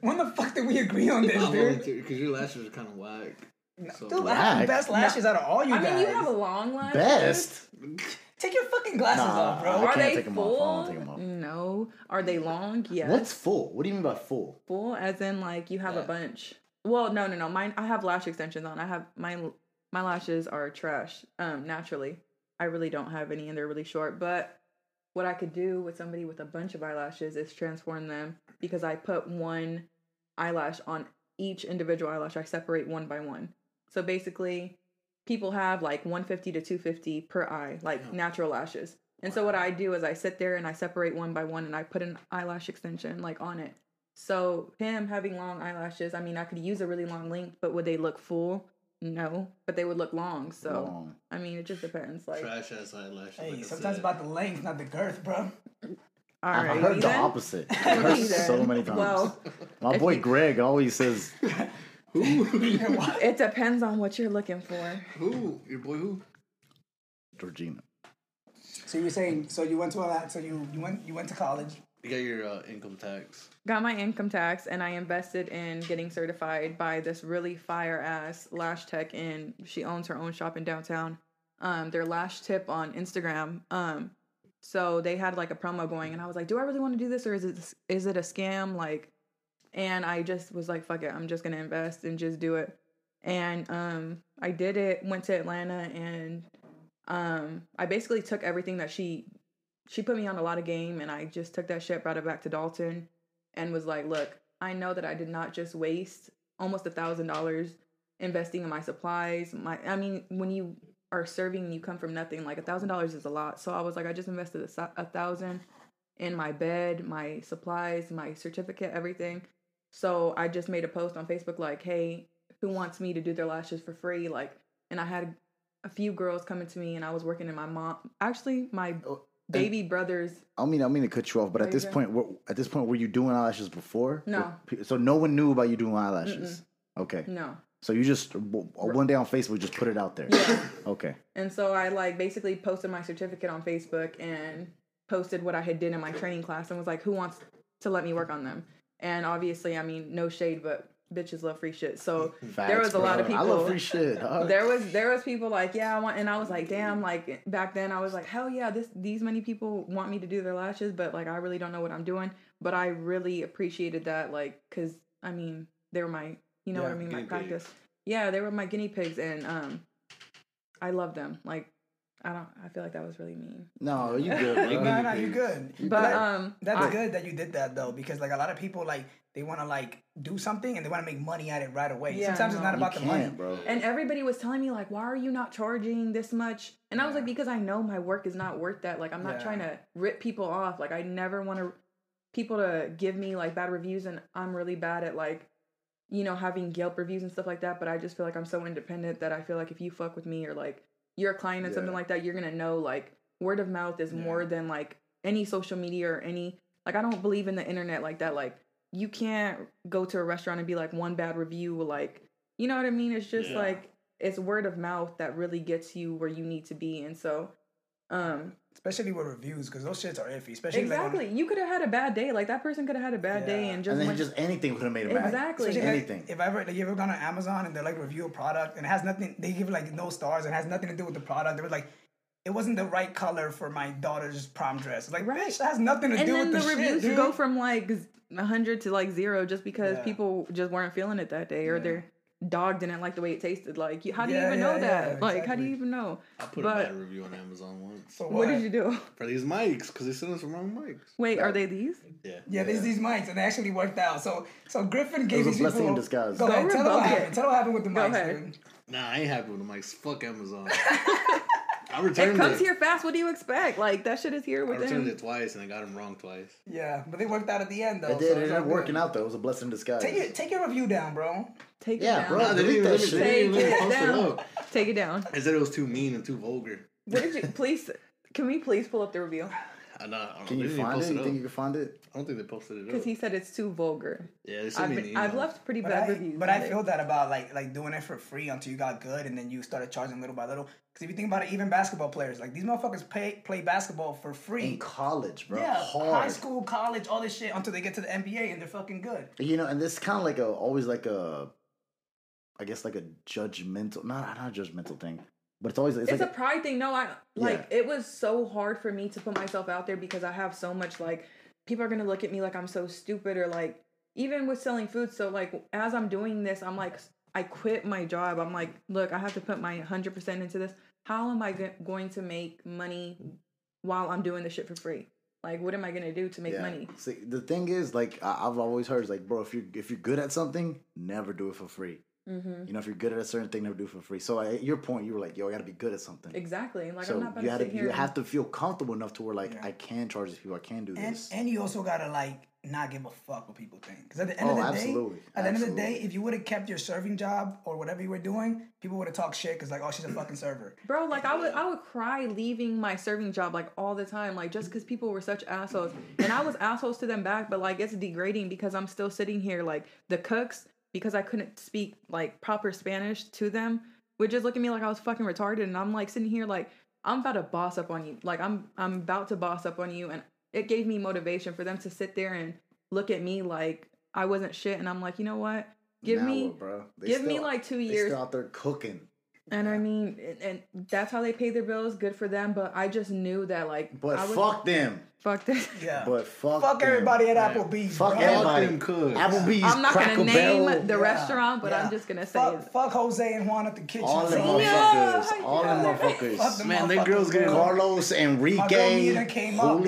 [SPEAKER 5] when the fuck did we agree on this,
[SPEAKER 4] I
[SPEAKER 5] dude?
[SPEAKER 4] wanted to because your lashes are kind of whack. So,
[SPEAKER 5] Dude, I
[SPEAKER 6] Black.
[SPEAKER 5] have the best lashes out of all you
[SPEAKER 7] I
[SPEAKER 5] guys.
[SPEAKER 7] mean, you have a long lash.
[SPEAKER 6] Best.
[SPEAKER 5] Take your fucking glasses
[SPEAKER 6] Nah,
[SPEAKER 5] off, bro.
[SPEAKER 6] I
[SPEAKER 7] Are
[SPEAKER 6] can't
[SPEAKER 7] they
[SPEAKER 6] take 'em off. I
[SPEAKER 7] full?
[SPEAKER 6] don't take 'em off.
[SPEAKER 7] No. Are they long? Yes.
[SPEAKER 6] What's full? What do you mean by full?
[SPEAKER 7] full? As in, like you have a
[SPEAKER 4] Yeah.
[SPEAKER 7] bunch. Well, no, no, no. Mine. I have lash extensions on. I have my my lashes are trash. Um, naturally, I really don't have any, and they're really short. But what I could do with somebody with a bunch of eyelashes is transform them because I put one eyelash on each individual eyelash. I separate one by one. So basically, people have like 150 to 250 per eye, like natural lashes. And so what I do is I sit there and I separate one by one and I put an eyelash extension like on it. So him having long eyelashes, I mean, I could use a really long length, but would they look full? No, but they would look long. So
[SPEAKER 6] Long.
[SPEAKER 7] I mean, it just depends. Like,
[SPEAKER 4] trash ass eyelashes.
[SPEAKER 5] Hey,
[SPEAKER 4] like I
[SPEAKER 5] sometimes
[SPEAKER 4] said.
[SPEAKER 5] about the length, not the girth, bro.
[SPEAKER 7] all
[SPEAKER 6] I
[SPEAKER 7] right,
[SPEAKER 6] heard the
[SPEAKER 7] Ethan?
[SPEAKER 6] opposite. I heard
[SPEAKER 7] Ethan.
[SPEAKER 6] so many times.
[SPEAKER 7] Well,
[SPEAKER 6] My
[SPEAKER 7] if
[SPEAKER 6] boy
[SPEAKER 7] you-
[SPEAKER 6] Greg always says,
[SPEAKER 7] it depends on what you're looking for.
[SPEAKER 4] who your boy who?
[SPEAKER 6] Georgina.
[SPEAKER 5] So you were saying, so you went to a, so you you went you went to college.
[SPEAKER 4] You got your uh, income tax.
[SPEAKER 7] Got my income tax, and I invested in getting certified by this really fire ass lash tech, and she owns her own shop in downtown. Um, their lash tip on Instagram. Um, so they had like a promo going, and I was like, "Do I really want to do this, or is it is it a scam?" Like, and I just was like, "Fuck it, I'm just gonna invest and just do it." And um, I did it. Went to Atlanta, and um, I basically took everything that she she put me on a lot of game, and I just took that shit, brought it back to Dalton, and was like, "Look, I know that I did not just waste almost a thousand dollars investing in my supplies. My I mean, when you are serving and you come from nothing, like a thousand dollars is a lot. So I was like, I just invested a, so- a thousand in my bed, my supplies, my certificate, everything. So I just made a post on Facebook like, hey, who wants me to do their lashes for free? Like, and I had a few girls coming to me, and I was working in my mom, actually my
[SPEAKER 6] Oh,
[SPEAKER 7] baby brother's.
[SPEAKER 6] I mean, I don't mean to cut you off, but at
[SPEAKER 7] There
[SPEAKER 6] this
[SPEAKER 7] you go.
[SPEAKER 6] point, were, at this point, were you doing eyelashes before?
[SPEAKER 7] No.
[SPEAKER 6] Were- So no one knew about you doing eyelashes. Okay.
[SPEAKER 7] No,
[SPEAKER 6] So you just w- one day on Facebook, just put it out there.
[SPEAKER 7] yeah.
[SPEAKER 6] Okay.
[SPEAKER 7] and so I like basically posted my certificate on Facebook and posted what I had did in my training class and was like, who wants to let me work on them? And obviously, I mean, no shade, but bitches love free shit. So there
[SPEAKER 6] Facts,
[SPEAKER 7] was a lot of
[SPEAKER 6] bro.
[SPEAKER 7] people.
[SPEAKER 6] I love free shit. huh?
[SPEAKER 7] there was there was people like yeah I want and I was like damn like back then I was like hell yeah this these many people want me to do their lashes but like I really don't know what I'm doing but I really appreciated that like because I mean they were my you know what
[SPEAKER 4] Yeah,
[SPEAKER 7] I mean my
[SPEAKER 4] guinea
[SPEAKER 7] practice yeah they were my guinea pigs and um I love them like I don't I feel like that was really mean
[SPEAKER 6] No, you good, bro.
[SPEAKER 4] You
[SPEAKER 5] No,
[SPEAKER 4] good.
[SPEAKER 5] no, you good.
[SPEAKER 7] but
[SPEAKER 5] That-
[SPEAKER 7] um
[SPEAKER 5] that's
[SPEAKER 7] I-
[SPEAKER 5] good that you did that though, because like a lot of people like they want to like do something and they want to make money at it right away.
[SPEAKER 7] Yeah,
[SPEAKER 5] Sometimes it's
[SPEAKER 7] no.
[SPEAKER 5] not
[SPEAKER 6] You
[SPEAKER 5] about the money.
[SPEAKER 6] can't, bro.
[SPEAKER 7] And everybody was telling me like, why are you not charging this much? And I was like, because I know my work is not worth that. Like, I'm not
[SPEAKER 5] Yeah.
[SPEAKER 7] trying to rip people off. Like, I never want to people to give me like bad reviews, and I'm really bad at like, you know, having Yelp reviews and stuff like that. But I just feel like I'm so independent that I feel like if you fuck with me or like you're a client and something
[SPEAKER 6] Yeah.
[SPEAKER 7] like that, you're gonna know like word of mouth is more than like any social media or any like I don't believe in the internet like that. Like you can't go to a restaurant and be like one bad review like you know what I mean? It's just
[SPEAKER 4] Yeah.
[SPEAKER 7] like it's word of mouth that really gets you where you need to be. And so um
[SPEAKER 5] Especially with reviews, because those shits are iffy. Especially
[SPEAKER 7] exactly.
[SPEAKER 5] like
[SPEAKER 7] You could have had a bad day. Like that person could have had a bad day
[SPEAKER 5] Yeah.
[SPEAKER 7] and just
[SPEAKER 6] And then
[SPEAKER 7] went-
[SPEAKER 6] just anything would have made it back.
[SPEAKER 7] Exactly.
[SPEAKER 5] on,
[SPEAKER 7] Yeah.
[SPEAKER 6] Anything.
[SPEAKER 5] If I ever like you ever gone on Amazon and they like review a product and it has nothing, they give like no stars and it has nothing to do with the product. They were like, it wasn't the right color for my daughter's prom dress. Like,
[SPEAKER 7] Right.
[SPEAKER 5] bitch, that has nothing to
[SPEAKER 7] and
[SPEAKER 5] do
[SPEAKER 7] then
[SPEAKER 5] with
[SPEAKER 7] the,
[SPEAKER 5] the, shit,
[SPEAKER 7] reviews
[SPEAKER 5] dude.
[SPEAKER 7] go from like z- 100 to like 0 just because
[SPEAKER 5] Yeah.
[SPEAKER 7] people just weren't feeling it that day or their dog didn't like the way it tasted. Like you, how do you
[SPEAKER 5] Yeah,
[SPEAKER 7] even
[SPEAKER 5] yeah,
[SPEAKER 7] know
[SPEAKER 5] yeah,
[SPEAKER 7] that? Like how do
[SPEAKER 5] exactly.
[SPEAKER 7] you even know?
[SPEAKER 4] I put
[SPEAKER 7] But-
[SPEAKER 4] a bad review on Amazon once
[SPEAKER 5] So
[SPEAKER 7] What did you do?
[SPEAKER 4] for these mics because they sent us the wrong mics.
[SPEAKER 7] Wait, are they these?
[SPEAKER 4] Yeah.
[SPEAKER 5] Yeah, there's these mics, and they actually worked out. So, so Griffin gave
[SPEAKER 6] was a
[SPEAKER 5] these
[SPEAKER 6] blessing
[SPEAKER 5] people-
[SPEAKER 6] in disguise.
[SPEAKER 5] Go,
[SPEAKER 7] Go
[SPEAKER 5] ahead, tell them what
[SPEAKER 7] revoke it.
[SPEAKER 5] happened. Tell them what happened with the mics,
[SPEAKER 7] ahead.
[SPEAKER 5] dude.
[SPEAKER 4] Nah, I ain't happy with the mics. Fuck Amazon. I
[SPEAKER 7] It
[SPEAKER 4] returned
[SPEAKER 7] comes
[SPEAKER 4] it.
[SPEAKER 7] here fast. What do you expect? Like that shit is here
[SPEAKER 4] I returned
[SPEAKER 7] within.
[SPEAKER 4] it twice and I got them wrong twice.
[SPEAKER 5] Yeah, but they worked out at the end though.
[SPEAKER 6] It
[SPEAKER 5] so
[SPEAKER 6] did. It
[SPEAKER 5] it's
[SPEAKER 6] ended
[SPEAKER 5] all
[SPEAKER 6] up
[SPEAKER 5] good.
[SPEAKER 6] working out though. It was a blessing in disguise.
[SPEAKER 5] Take your take your review down, bro.
[SPEAKER 7] Take it
[SPEAKER 6] Yeah,
[SPEAKER 7] down.
[SPEAKER 6] bro.
[SPEAKER 4] Nah, they didn't even let
[SPEAKER 6] delete that
[SPEAKER 4] me-
[SPEAKER 6] shit.
[SPEAKER 4] they didn't even
[SPEAKER 7] Take
[SPEAKER 4] let
[SPEAKER 7] it
[SPEAKER 4] me post it
[SPEAKER 7] down.
[SPEAKER 4] up.
[SPEAKER 7] Take it down.
[SPEAKER 4] I said it was too mean and too vulgar.
[SPEAKER 7] What did you please? Can we please pull up the review?
[SPEAKER 4] I know. I don't
[SPEAKER 6] Can
[SPEAKER 4] know, they
[SPEAKER 6] you
[SPEAKER 4] didn't even
[SPEAKER 6] find it?
[SPEAKER 4] post
[SPEAKER 6] You
[SPEAKER 4] up.
[SPEAKER 6] think you can find it?
[SPEAKER 4] I don't think they posted it up.
[SPEAKER 7] Because he said it's too vulgar.
[SPEAKER 4] yeah, they sent
[SPEAKER 7] I've,
[SPEAKER 4] me an
[SPEAKER 7] been,
[SPEAKER 4] email.
[SPEAKER 7] I've left pretty
[SPEAKER 5] But
[SPEAKER 7] bad
[SPEAKER 5] I,
[SPEAKER 7] reviews.
[SPEAKER 5] but
[SPEAKER 7] on
[SPEAKER 5] I
[SPEAKER 7] it.
[SPEAKER 5] feel that about like like doing it for free until you got good, and then you started charging little by little. Because if you think about it, even basketball players, like these motherfuckers pay play basketball for
[SPEAKER 6] In
[SPEAKER 5] free.
[SPEAKER 6] college, bro.
[SPEAKER 5] yeah,
[SPEAKER 6] Hard.
[SPEAKER 5] high school, college, all this shit until they get to the NBA and they're fucking good.
[SPEAKER 6] You know, and this kind of like a always like a, I guess like a judgmental, not not a judgmental thing, but it's always it's,
[SPEAKER 7] it's a
[SPEAKER 6] like
[SPEAKER 7] pride thing. No, I like it was so hard for me to put myself out there because I have so much like people are gonna look at me like I'm so stupid or like even with selling food. So like as I'm doing this, I'm like I quit my job. I'm like, look, I have to put my hundred percent into this. How am I go- going to make money while I'm doing this shit for free? Like, what am I gonna do to make
[SPEAKER 6] yeah.
[SPEAKER 7] money?
[SPEAKER 6] See, the thing is, like I, I've always heard, is like, bro, if you are if you're good at something, never do it for free.
[SPEAKER 7] Mm-hmm.
[SPEAKER 6] You know, if you're good at a certain thing, never do it for free. So I, at your point, you were like, yo, I got to be good at something.
[SPEAKER 7] Exactly. Like, I'm
[SPEAKER 6] so
[SPEAKER 7] not about
[SPEAKER 6] you
[SPEAKER 7] to
[SPEAKER 6] had
[SPEAKER 7] sit
[SPEAKER 6] to
[SPEAKER 7] here.
[SPEAKER 6] you
[SPEAKER 7] and-
[SPEAKER 6] have to feel comfortable enough to where like
[SPEAKER 5] Yeah.
[SPEAKER 6] I can charge these people, I can do
[SPEAKER 5] And
[SPEAKER 6] this.
[SPEAKER 5] and you also gotta like not give a fuck what people think. Because at the end
[SPEAKER 6] Oh,
[SPEAKER 5] of the
[SPEAKER 6] absolutely.
[SPEAKER 5] day, at the end of the
[SPEAKER 6] Absolutely.
[SPEAKER 5] day, if you would have kept your serving job or whatever you were doing, people would have talked shit. Because like, oh, she's a fucking server.
[SPEAKER 7] Bro, like I would I would cry leaving my serving job like all the time, like just because people were such assholes. And I was assholes to them back, but like it's degrading because I'm still sitting here like the cooks, because I couldn't speak like proper Spanish to them, would just look at me like I was fucking retarded and I'm like sitting here like I'm about to boss up on you. Like I'm I'm about to boss up on you and it gave me motivation for them to sit there and look at me like I wasn't shit and I'm like, you know what? Give
[SPEAKER 6] Now
[SPEAKER 7] me
[SPEAKER 6] what, bro. They
[SPEAKER 7] give me
[SPEAKER 6] still-
[SPEAKER 7] like two
[SPEAKER 6] They
[SPEAKER 7] years
[SPEAKER 6] still out there cooking.
[SPEAKER 7] and I mean, and, and that's how they pay their bills. Good for them. But I just knew that, like,
[SPEAKER 6] But
[SPEAKER 7] I was-
[SPEAKER 6] fuck them.
[SPEAKER 7] fuck this.
[SPEAKER 5] Yeah.
[SPEAKER 6] But fuck
[SPEAKER 5] fuck
[SPEAKER 6] them.
[SPEAKER 5] everybody at Applebee's.
[SPEAKER 6] Fuck
[SPEAKER 5] bro.
[SPEAKER 6] everybody.
[SPEAKER 4] them cooks.
[SPEAKER 6] Applebee's.
[SPEAKER 7] I'm not
[SPEAKER 6] Cracker
[SPEAKER 7] gonna name
[SPEAKER 6] Barrel,
[SPEAKER 7] the
[SPEAKER 5] Yeah,
[SPEAKER 7] restaurant, but
[SPEAKER 5] yeah.
[SPEAKER 7] I'm just gonna say
[SPEAKER 5] fuck,
[SPEAKER 7] it.
[SPEAKER 5] fuck Jose and Juan at the kitchen.
[SPEAKER 6] all them
[SPEAKER 5] bro.
[SPEAKER 7] Yeah,
[SPEAKER 6] motherfuckers.
[SPEAKER 7] yeah.
[SPEAKER 6] all them
[SPEAKER 5] Fuck
[SPEAKER 6] motherfuckers.
[SPEAKER 5] them
[SPEAKER 4] Man, they
[SPEAKER 5] motherfuckers,
[SPEAKER 4] girls getting
[SPEAKER 5] bro.
[SPEAKER 6] Carlos
[SPEAKER 5] My girl Mina
[SPEAKER 6] Enrique,
[SPEAKER 5] came up, bro.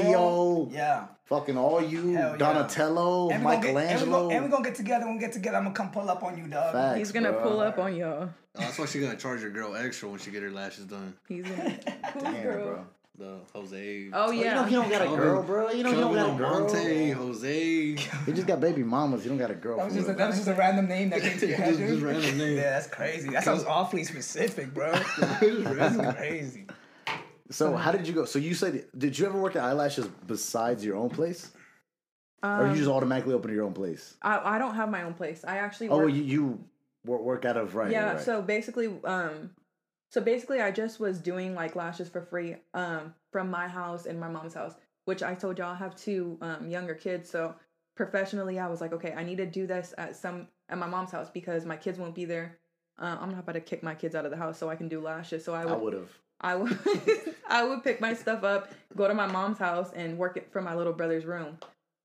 [SPEAKER 6] Julio,
[SPEAKER 5] Yeah.
[SPEAKER 6] Fucking all you,
[SPEAKER 5] Hell yeah.
[SPEAKER 6] Donatello,
[SPEAKER 5] And we gonna get- and we
[SPEAKER 6] Michelangelo.
[SPEAKER 5] gonna- And we're gonna get together. We're gonna get together. I'm gonna come pull up on you, dog.
[SPEAKER 6] Facts,
[SPEAKER 7] He's gonna
[SPEAKER 6] bro.
[SPEAKER 7] pull up on y'all.
[SPEAKER 4] Oh, that's why she's gonna charge your girl extra when she get her lashes done.
[SPEAKER 7] He's gonna. Who's
[SPEAKER 6] Damn,
[SPEAKER 7] girl?
[SPEAKER 6] bro.
[SPEAKER 4] The Jose.
[SPEAKER 7] Oh
[SPEAKER 6] You
[SPEAKER 7] yeah.
[SPEAKER 6] know he don't got a
[SPEAKER 4] Kelvin-
[SPEAKER 6] girl, bro. You know he don't
[SPEAKER 4] Kelvin
[SPEAKER 6] got a girl.
[SPEAKER 4] Almonte, Jose.
[SPEAKER 6] He just got baby mamas. He don't got a girl.
[SPEAKER 5] That was
[SPEAKER 6] for
[SPEAKER 5] just a,
[SPEAKER 6] real.
[SPEAKER 5] that was just a random name that came to your head.
[SPEAKER 4] Just- just
[SPEAKER 5] dude.
[SPEAKER 4] random name.
[SPEAKER 5] Yeah, that's crazy. That sounds awfully specific, bro. that's crazy.
[SPEAKER 6] So how did you go? So you said, did you ever work at eyelashes besides your own place, or you
[SPEAKER 7] Um,
[SPEAKER 6] just automatically open your own place?
[SPEAKER 7] I, I don't have my own place. I actually
[SPEAKER 6] Oh,
[SPEAKER 7] work.
[SPEAKER 6] you you wor- work out of right?
[SPEAKER 7] yeah.
[SPEAKER 6] right.
[SPEAKER 7] So basically, um, so basically, I just was doing like lashes for free, um, from my house and my mom's house, which I told y'all I have two um younger kids. So professionally, I was like, okay, I need to do this at some at my mom's house because my kids won't be there. Uh, I'm not about to kick my kids out of the house so I can do lashes. So I
[SPEAKER 6] I
[SPEAKER 7] would
[SPEAKER 6] would have.
[SPEAKER 7] I would I would pick my stuff up, go to my mom's house, and work it from my little brother's room.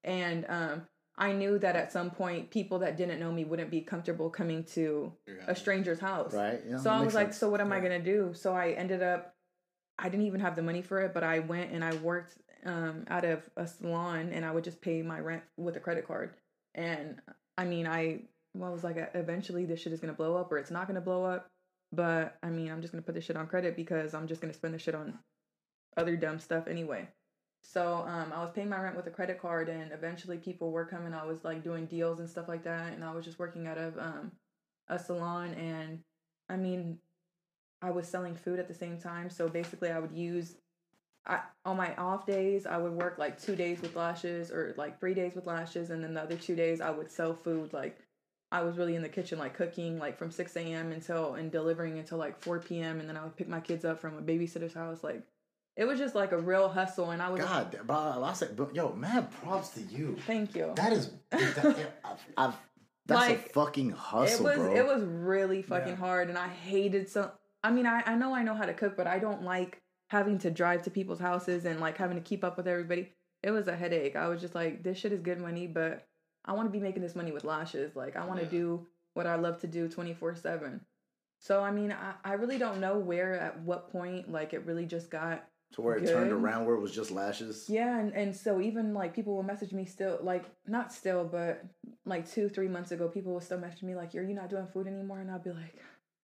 [SPEAKER 7] And um, I knew that at some point, people that didn't know me wouldn't be comfortable coming to a stranger's house.
[SPEAKER 6] Right, yeah,
[SPEAKER 7] so I
[SPEAKER 6] makes
[SPEAKER 7] was like,
[SPEAKER 6] sense.
[SPEAKER 7] so what am I gonna do? So I ended up. I didn't even have the money for it, but I went and I worked um, out of a salon, and I would just pay my rent with a credit card. And I mean, I, well, I was like, "E-, eventually this shit is gonna blow up, or it's not gonna blow up but I mean, I'm just gonna put this shit on credit because I'm just gonna spend this shit on other dumb stuff anyway. So um, I was paying my rent with a credit card, and eventually people were coming. I was like doing deals and stuff like that, and I was just working out of um, a salon. And I mean, I was selling food at the same time, so basically I would use. I, on my off days, I would work like two days with lashes or like three days with lashes, and then the other two days I would sell food like I was really in the kitchen, like cooking, like from 6 a.m. until and delivering until like 4 p.m. And then I would pick my kids up from a babysitter's house. Like, it was just like a real hustle. And I was,
[SPEAKER 6] God, bro, I said, bro, yo, mad props to you.
[SPEAKER 7] thank you.
[SPEAKER 6] That is, that, I've, I've, that's a
[SPEAKER 7] Like,
[SPEAKER 6] fucking hustle,
[SPEAKER 7] it was
[SPEAKER 6] bro.
[SPEAKER 7] it was really fucking
[SPEAKER 5] Yeah.
[SPEAKER 7] hard, and I hated some. I mean, I I know I know how to cook, but I don't like having to drive to people's houses and like having to keep up with everybody. It was a headache. I was just like, this shit is good money, but I want to be making this money with lashes. Like, I want to
[SPEAKER 4] Yeah.
[SPEAKER 7] do what I love to do twenty four seven. So I mean, I, I really don't know where at what point like it really just got
[SPEAKER 6] to where it turned
[SPEAKER 7] good.
[SPEAKER 6] around, where it was just lashes.
[SPEAKER 7] yeah, and, and so even like people will message me still, like not still, but like two, three months ago, people will still message me like, "Are you not doing food anymore?" And I'll be like,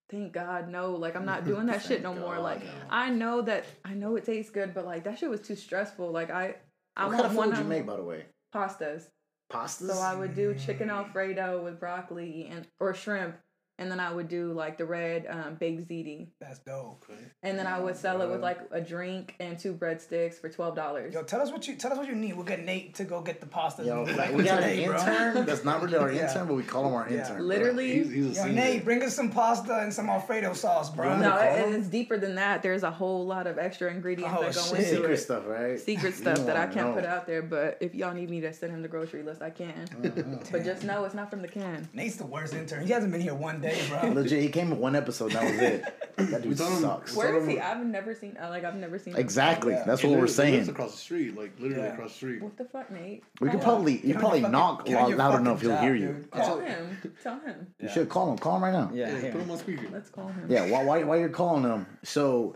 [SPEAKER 7] "Thank God, no! Like I'm not doing that shit no
[SPEAKER 6] Thank
[SPEAKER 7] more.
[SPEAKER 6] God,
[SPEAKER 7] Like
[SPEAKER 6] no.
[SPEAKER 7] I know that I know it tastes good, but like that shit was too stressful. Like I, I
[SPEAKER 6] What
[SPEAKER 7] want
[SPEAKER 6] kind of food
[SPEAKER 7] one
[SPEAKER 6] would you
[SPEAKER 7] on-
[SPEAKER 6] make, by the way?
[SPEAKER 7] pastas.
[SPEAKER 6] Pastas.
[SPEAKER 7] So I would do chicken
[SPEAKER 6] Mm.
[SPEAKER 7] alfredo with broccoli and or shrimp, and then I would do like the red um, baked ziti,
[SPEAKER 5] That's dope.
[SPEAKER 7] and then I would sell it with like a drink and two breadsticks for twelve dollars.
[SPEAKER 5] Yo, tell us what you tell us what you need. We'll get Nate to go get the pasta.
[SPEAKER 6] Yo, we got an intern. That's not really our
[SPEAKER 5] Yeah.
[SPEAKER 6] intern, but we call him our
[SPEAKER 5] Yeah.
[SPEAKER 6] intern. bro.
[SPEAKER 7] Literally,
[SPEAKER 4] He's, he's a
[SPEAKER 5] Yo,
[SPEAKER 4] senior.
[SPEAKER 5] Nate, bring us some pasta and some Alfredo sauce, bro.
[SPEAKER 7] No,
[SPEAKER 6] call
[SPEAKER 7] it,
[SPEAKER 6] them?
[SPEAKER 7] it's deeper than that. There's a whole lot of extra ingredients
[SPEAKER 5] Oh,
[SPEAKER 7] that go
[SPEAKER 5] shit.
[SPEAKER 7] into
[SPEAKER 6] secret
[SPEAKER 7] it.
[SPEAKER 6] stuff, right?
[SPEAKER 7] Secret
[SPEAKER 6] You
[SPEAKER 7] stuff
[SPEAKER 6] don't
[SPEAKER 7] that I
[SPEAKER 6] wanna
[SPEAKER 7] can't
[SPEAKER 6] know.
[SPEAKER 7] put out there. But if y'all need me to send him the grocery list, I can.
[SPEAKER 6] Mm-hmm.
[SPEAKER 7] but just know it's not from the can.
[SPEAKER 5] Nate's the worst intern. He hasn't been here one day, bro.
[SPEAKER 6] Legit, he came in one episode. That was it. That dude
[SPEAKER 4] told him-
[SPEAKER 6] sucks.
[SPEAKER 7] Where is he? I've never seen. uh, Like I've never seen. him.
[SPEAKER 6] Exactly.
[SPEAKER 5] Yeah.
[SPEAKER 6] That's
[SPEAKER 4] He
[SPEAKER 6] what we're
[SPEAKER 4] lives- he lives
[SPEAKER 6] saying.
[SPEAKER 4] across the street, like literally
[SPEAKER 5] Yeah.
[SPEAKER 4] across the street.
[SPEAKER 7] What the fuck, Nate?
[SPEAKER 6] We could
[SPEAKER 7] Call
[SPEAKER 6] probably you
[SPEAKER 5] Get on
[SPEAKER 6] probably
[SPEAKER 5] your fucking-
[SPEAKER 6] knock
[SPEAKER 5] get on
[SPEAKER 6] loud,
[SPEAKER 5] your
[SPEAKER 6] loud
[SPEAKER 5] fucking
[SPEAKER 6] enough. He'll
[SPEAKER 5] job,
[SPEAKER 6] hear you.
[SPEAKER 5] dude.
[SPEAKER 7] him. Tell him. Tell him.
[SPEAKER 6] You should call him. Call him right now.
[SPEAKER 4] Yeah, put him on speaker.
[SPEAKER 7] Let's call him.
[SPEAKER 6] Yeah. Why? Why? Why you're calling him? So,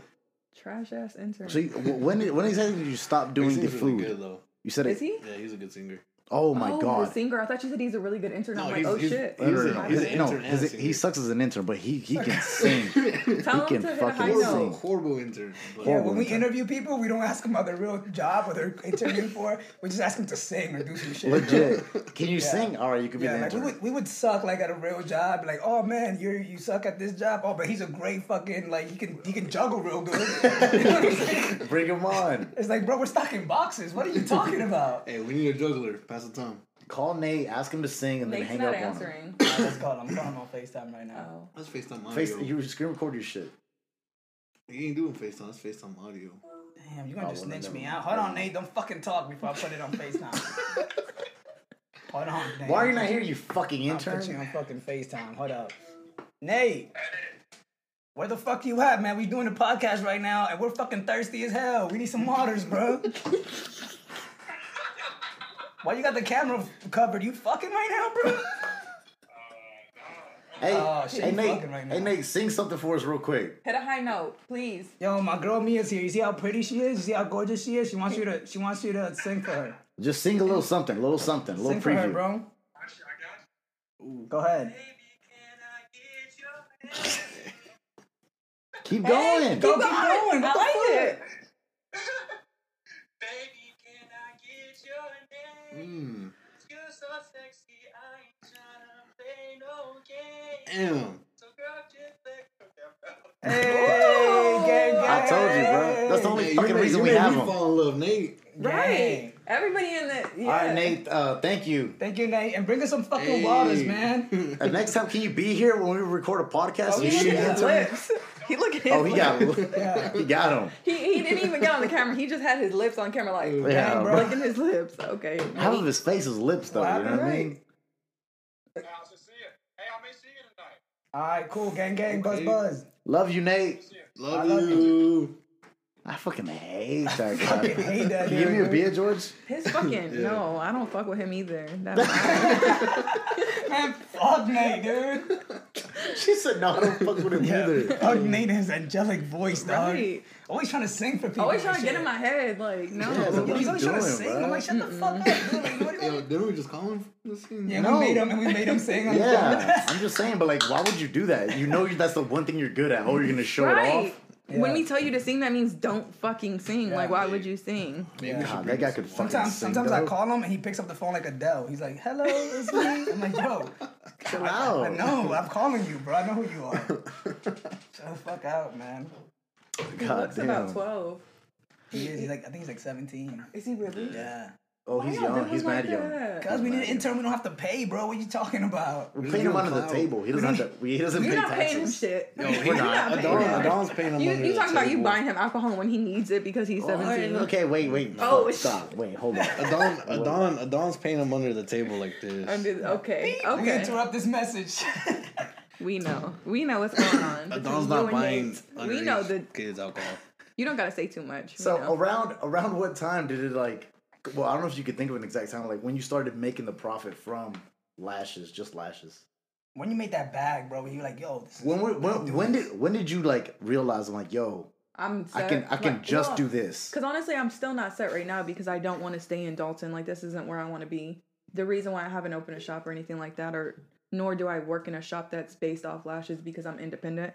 [SPEAKER 7] Trash ass intern.
[SPEAKER 6] so you, wh- when did- when exactly did you stop
[SPEAKER 4] He
[SPEAKER 6] doing the
[SPEAKER 4] sings really good
[SPEAKER 6] food?
[SPEAKER 4] though.
[SPEAKER 6] You said
[SPEAKER 7] is
[SPEAKER 6] it.
[SPEAKER 7] he?
[SPEAKER 4] Yeah, he's a good singer.
[SPEAKER 6] Oh my
[SPEAKER 7] oh,
[SPEAKER 6] god.
[SPEAKER 7] The singer. I thought you said he's a really good intern.
[SPEAKER 4] No,
[SPEAKER 7] I'm like,
[SPEAKER 4] he's-
[SPEAKER 7] oh
[SPEAKER 4] he's-
[SPEAKER 7] shit.
[SPEAKER 4] he's a-
[SPEAKER 6] No,
[SPEAKER 4] he's
[SPEAKER 6] his-
[SPEAKER 4] an
[SPEAKER 6] no,
[SPEAKER 4] intern
[SPEAKER 6] his-
[SPEAKER 4] and
[SPEAKER 6] he
[SPEAKER 4] singer.
[SPEAKER 6] sucks as an intern, but he he can sing.
[SPEAKER 7] Tell
[SPEAKER 6] he can
[SPEAKER 7] him to hit a
[SPEAKER 6] fucking
[SPEAKER 7] high
[SPEAKER 4] Horrible,
[SPEAKER 7] note.
[SPEAKER 6] sing.
[SPEAKER 4] horrible intern. but-
[SPEAKER 5] Yeah,
[SPEAKER 6] Horrible
[SPEAKER 5] when we
[SPEAKER 6] intern.
[SPEAKER 5] interview people, we don't ask them about their real job or their interview for. We just ask them to sing or do some shit.
[SPEAKER 6] Legit. Can you sing? All right, you can be
[SPEAKER 5] Yeah,
[SPEAKER 6] the
[SPEAKER 5] like we
[SPEAKER 6] intern.
[SPEAKER 5] would, we would suck like at a real job, like oh man, you you suck at this job. Oh, but he's a great fucking like he can he can juggle real good. You know what I'm saying?
[SPEAKER 6] Bring him on.
[SPEAKER 5] it's like bro, we're stocking boxes. What are you talking about?
[SPEAKER 4] Hey, we need a juggler. Pass the time.
[SPEAKER 6] Call Nate. Ask him to sing, and
[SPEAKER 7] Nate's
[SPEAKER 6] then hang
[SPEAKER 7] not
[SPEAKER 6] up on him.
[SPEAKER 7] answering.
[SPEAKER 5] Alright, let's call him. I'm calling him on Facetime right now.
[SPEAKER 7] Oh.
[SPEAKER 4] That's FaceTime audio.
[SPEAKER 6] Face, you screen record your shit.
[SPEAKER 4] He ain't doing FaceTime. That's FaceTime audio.
[SPEAKER 5] Damn, you gonna just
[SPEAKER 6] well, then
[SPEAKER 5] snitch
[SPEAKER 6] Oh. never
[SPEAKER 5] me out? Hold on, Nate. Don't fucking talk before I put it on Facetime. Hold on. Nate.
[SPEAKER 6] Why are you not here, you fucking
[SPEAKER 5] I'll put you
[SPEAKER 6] intern?
[SPEAKER 5] on fucking Facetime. Hold up, Nate. Where the fuck you at, man? We doing the podcast right now, and we're fucking thirsty as hell. We need some waters, bro. Why you got the camera covered? You fucking right now, bro?
[SPEAKER 6] Hey,
[SPEAKER 5] Oh, shit,
[SPEAKER 6] hey
[SPEAKER 5] you
[SPEAKER 6] Nate.
[SPEAKER 5] fucking right
[SPEAKER 6] hey
[SPEAKER 5] now.
[SPEAKER 6] Nate, sing something for us real quick.
[SPEAKER 7] Hit a high note, please.
[SPEAKER 5] Yo, my girl Mia's here. You see how pretty she is? You see how gorgeous she is? She wants you to. She wants you to sing for her.
[SPEAKER 6] Just sing a little something, a little something, a little
[SPEAKER 5] Sing for
[SPEAKER 6] preview.
[SPEAKER 5] her, bro. Go ahead. Go keep
[SPEAKER 6] Keep going.
[SPEAKER 5] going. Go
[SPEAKER 7] I
[SPEAKER 5] for
[SPEAKER 7] like
[SPEAKER 5] it.
[SPEAKER 4] Mm. Damn.
[SPEAKER 5] Hey, gang, gang.
[SPEAKER 6] I told you, bro. That's the only
[SPEAKER 4] Hey, you
[SPEAKER 6] fucking
[SPEAKER 4] made-
[SPEAKER 6] reason
[SPEAKER 4] you
[SPEAKER 6] we
[SPEAKER 4] made
[SPEAKER 6] have
[SPEAKER 4] me
[SPEAKER 6] them.
[SPEAKER 4] fall in love, Nate.
[SPEAKER 7] Right. Everybody in the yeah.
[SPEAKER 6] All right, Nate. Uh, thank you.
[SPEAKER 5] Thank you, Nate. And bring us some fucking waters, man.
[SPEAKER 6] And next time, can you be here when we record a podcast?
[SPEAKER 7] Oh,
[SPEAKER 6] and you
[SPEAKER 7] he
[SPEAKER 6] shoot
[SPEAKER 7] look
[SPEAKER 6] it
[SPEAKER 7] at his
[SPEAKER 6] into me?
[SPEAKER 7] lips. He look at his
[SPEAKER 6] Oh, he got
[SPEAKER 7] lips.
[SPEAKER 5] Yeah.
[SPEAKER 6] he got him.
[SPEAKER 7] He, he didn't even get on the camera. He just had his lips on camera, like
[SPEAKER 6] Yeah,
[SPEAKER 5] bro.
[SPEAKER 6] bro.
[SPEAKER 7] licking his lips. Okay.
[SPEAKER 6] Half of his face is lips, though. You know what I
[SPEAKER 5] Right.
[SPEAKER 6] mean?
[SPEAKER 5] All right, cool. Gang, gang. Buzz,
[SPEAKER 4] Okay.
[SPEAKER 5] buzz.
[SPEAKER 6] Love you, Nate.
[SPEAKER 4] Love,
[SPEAKER 5] love
[SPEAKER 4] you.
[SPEAKER 6] I fucking hate that guy.
[SPEAKER 5] Fucking hate that
[SPEAKER 6] Can you give me a
[SPEAKER 5] dude.
[SPEAKER 6] beer, George?
[SPEAKER 7] His fucking
[SPEAKER 4] Yeah.
[SPEAKER 7] no, I don't fuck with him either. That,
[SPEAKER 5] Man, fuck Nate, dude.
[SPEAKER 6] She said, no, I don't fuck with him either.
[SPEAKER 5] Fuck Nate and his angelic voice, dog.
[SPEAKER 7] right.
[SPEAKER 5] Always trying to sing for people.
[SPEAKER 7] Always
[SPEAKER 5] and
[SPEAKER 7] trying to get
[SPEAKER 5] shit.
[SPEAKER 7] in my head, like no.
[SPEAKER 6] Yeah, so
[SPEAKER 5] He's
[SPEAKER 6] what are you
[SPEAKER 5] always trying to
[SPEAKER 6] doing,
[SPEAKER 5] sing.
[SPEAKER 6] bro?
[SPEAKER 5] I'm like, shut the fuck up, dude. Like, what do you
[SPEAKER 4] Yo, didn't we just call him? Let's see.
[SPEAKER 5] Yeah,
[SPEAKER 6] No.
[SPEAKER 5] we made him and we made him sing. on the
[SPEAKER 6] Yeah,
[SPEAKER 5] phone.
[SPEAKER 6] I'm just saying, but like, why would you do that? You know that's the one thing you're good at. How are you gonna show it
[SPEAKER 7] Right.
[SPEAKER 6] off?
[SPEAKER 7] When
[SPEAKER 5] Yeah.
[SPEAKER 7] we tell you to sing, that means don't fucking sing. like, why
[SPEAKER 4] Yeah.
[SPEAKER 7] would you sing?
[SPEAKER 4] Maybe we should
[SPEAKER 6] God,
[SPEAKER 4] bring
[SPEAKER 6] that guy
[SPEAKER 4] him
[SPEAKER 6] could
[SPEAKER 4] some
[SPEAKER 6] fucking
[SPEAKER 5] Sometimes,
[SPEAKER 6] sing.
[SPEAKER 5] sometimes I
[SPEAKER 6] dog.
[SPEAKER 5] call him and he picks up the phone like Adele. He's like, "Hello, it's me." I'm like, "Bro,
[SPEAKER 6] Chill
[SPEAKER 5] I
[SPEAKER 6] out.
[SPEAKER 5] know. I'm calling you, bro. I know who you are." Shut the fuck out, man.
[SPEAKER 6] God
[SPEAKER 7] Looks about
[SPEAKER 6] damn.
[SPEAKER 7] twelve.
[SPEAKER 5] He is. He's like, I think he's like 17.
[SPEAKER 7] Is he really?
[SPEAKER 5] Yeah.
[SPEAKER 6] Oh, he's young. He's mad young.
[SPEAKER 5] Cause we need an intern. We don't have to pay, bro. What you talking about?
[SPEAKER 6] We're paying him under the table. He doesn't have to. He doesn't
[SPEAKER 7] You're
[SPEAKER 6] pay
[SPEAKER 7] not paying him
[SPEAKER 6] taxes.
[SPEAKER 7] shit.
[SPEAKER 4] Yo,
[SPEAKER 7] You're
[SPEAKER 4] he
[SPEAKER 7] not
[SPEAKER 4] not.
[SPEAKER 7] paying
[SPEAKER 4] Adon,
[SPEAKER 7] him.
[SPEAKER 4] Adon's paying him
[SPEAKER 7] You,
[SPEAKER 4] under
[SPEAKER 7] you
[SPEAKER 4] the
[SPEAKER 7] talking about you
[SPEAKER 4] table.
[SPEAKER 7] buying him alcohol when he needs it because he's seventeen?
[SPEAKER 6] Okay, wait, wait.
[SPEAKER 7] Oh,
[SPEAKER 6] Fuck,
[SPEAKER 7] it's-
[SPEAKER 6] stop. Wait, hold on.
[SPEAKER 4] Adon, Adon, Adon's paying him under the table like this.
[SPEAKER 7] Under- okay.
[SPEAKER 5] We
[SPEAKER 7] Okay.
[SPEAKER 5] interrupt this message.
[SPEAKER 7] We know. We know what's going on. between
[SPEAKER 4] Adon's
[SPEAKER 7] you
[SPEAKER 4] not
[SPEAKER 7] and
[SPEAKER 4] buying
[SPEAKER 7] Nate. We
[SPEAKER 4] underage
[SPEAKER 7] know that
[SPEAKER 4] kids alcohol.
[SPEAKER 7] you don't gotta say too much.
[SPEAKER 6] So
[SPEAKER 7] we know.
[SPEAKER 6] around around what time did it like? Well, I don't know if you could think of an exact time. Like when you started making the profit from lashes, just lashes.
[SPEAKER 5] when you made that bag, bro, you were like, "Yo, this is
[SPEAKER 6] When were- when when did when did you like realize? I'm like, yo,
[SPEAKER 7] I'm
[SPEAKER 6] I can I can just do this.
[SPEAKER 7] Because honestly, I'm still not set right now because I don't want to stay in Dalton. Like this isn't where I want to be. The reason why I haven't opened a shop or anything like that, or nor do I work in a shop that's based off lashes because I'm independent.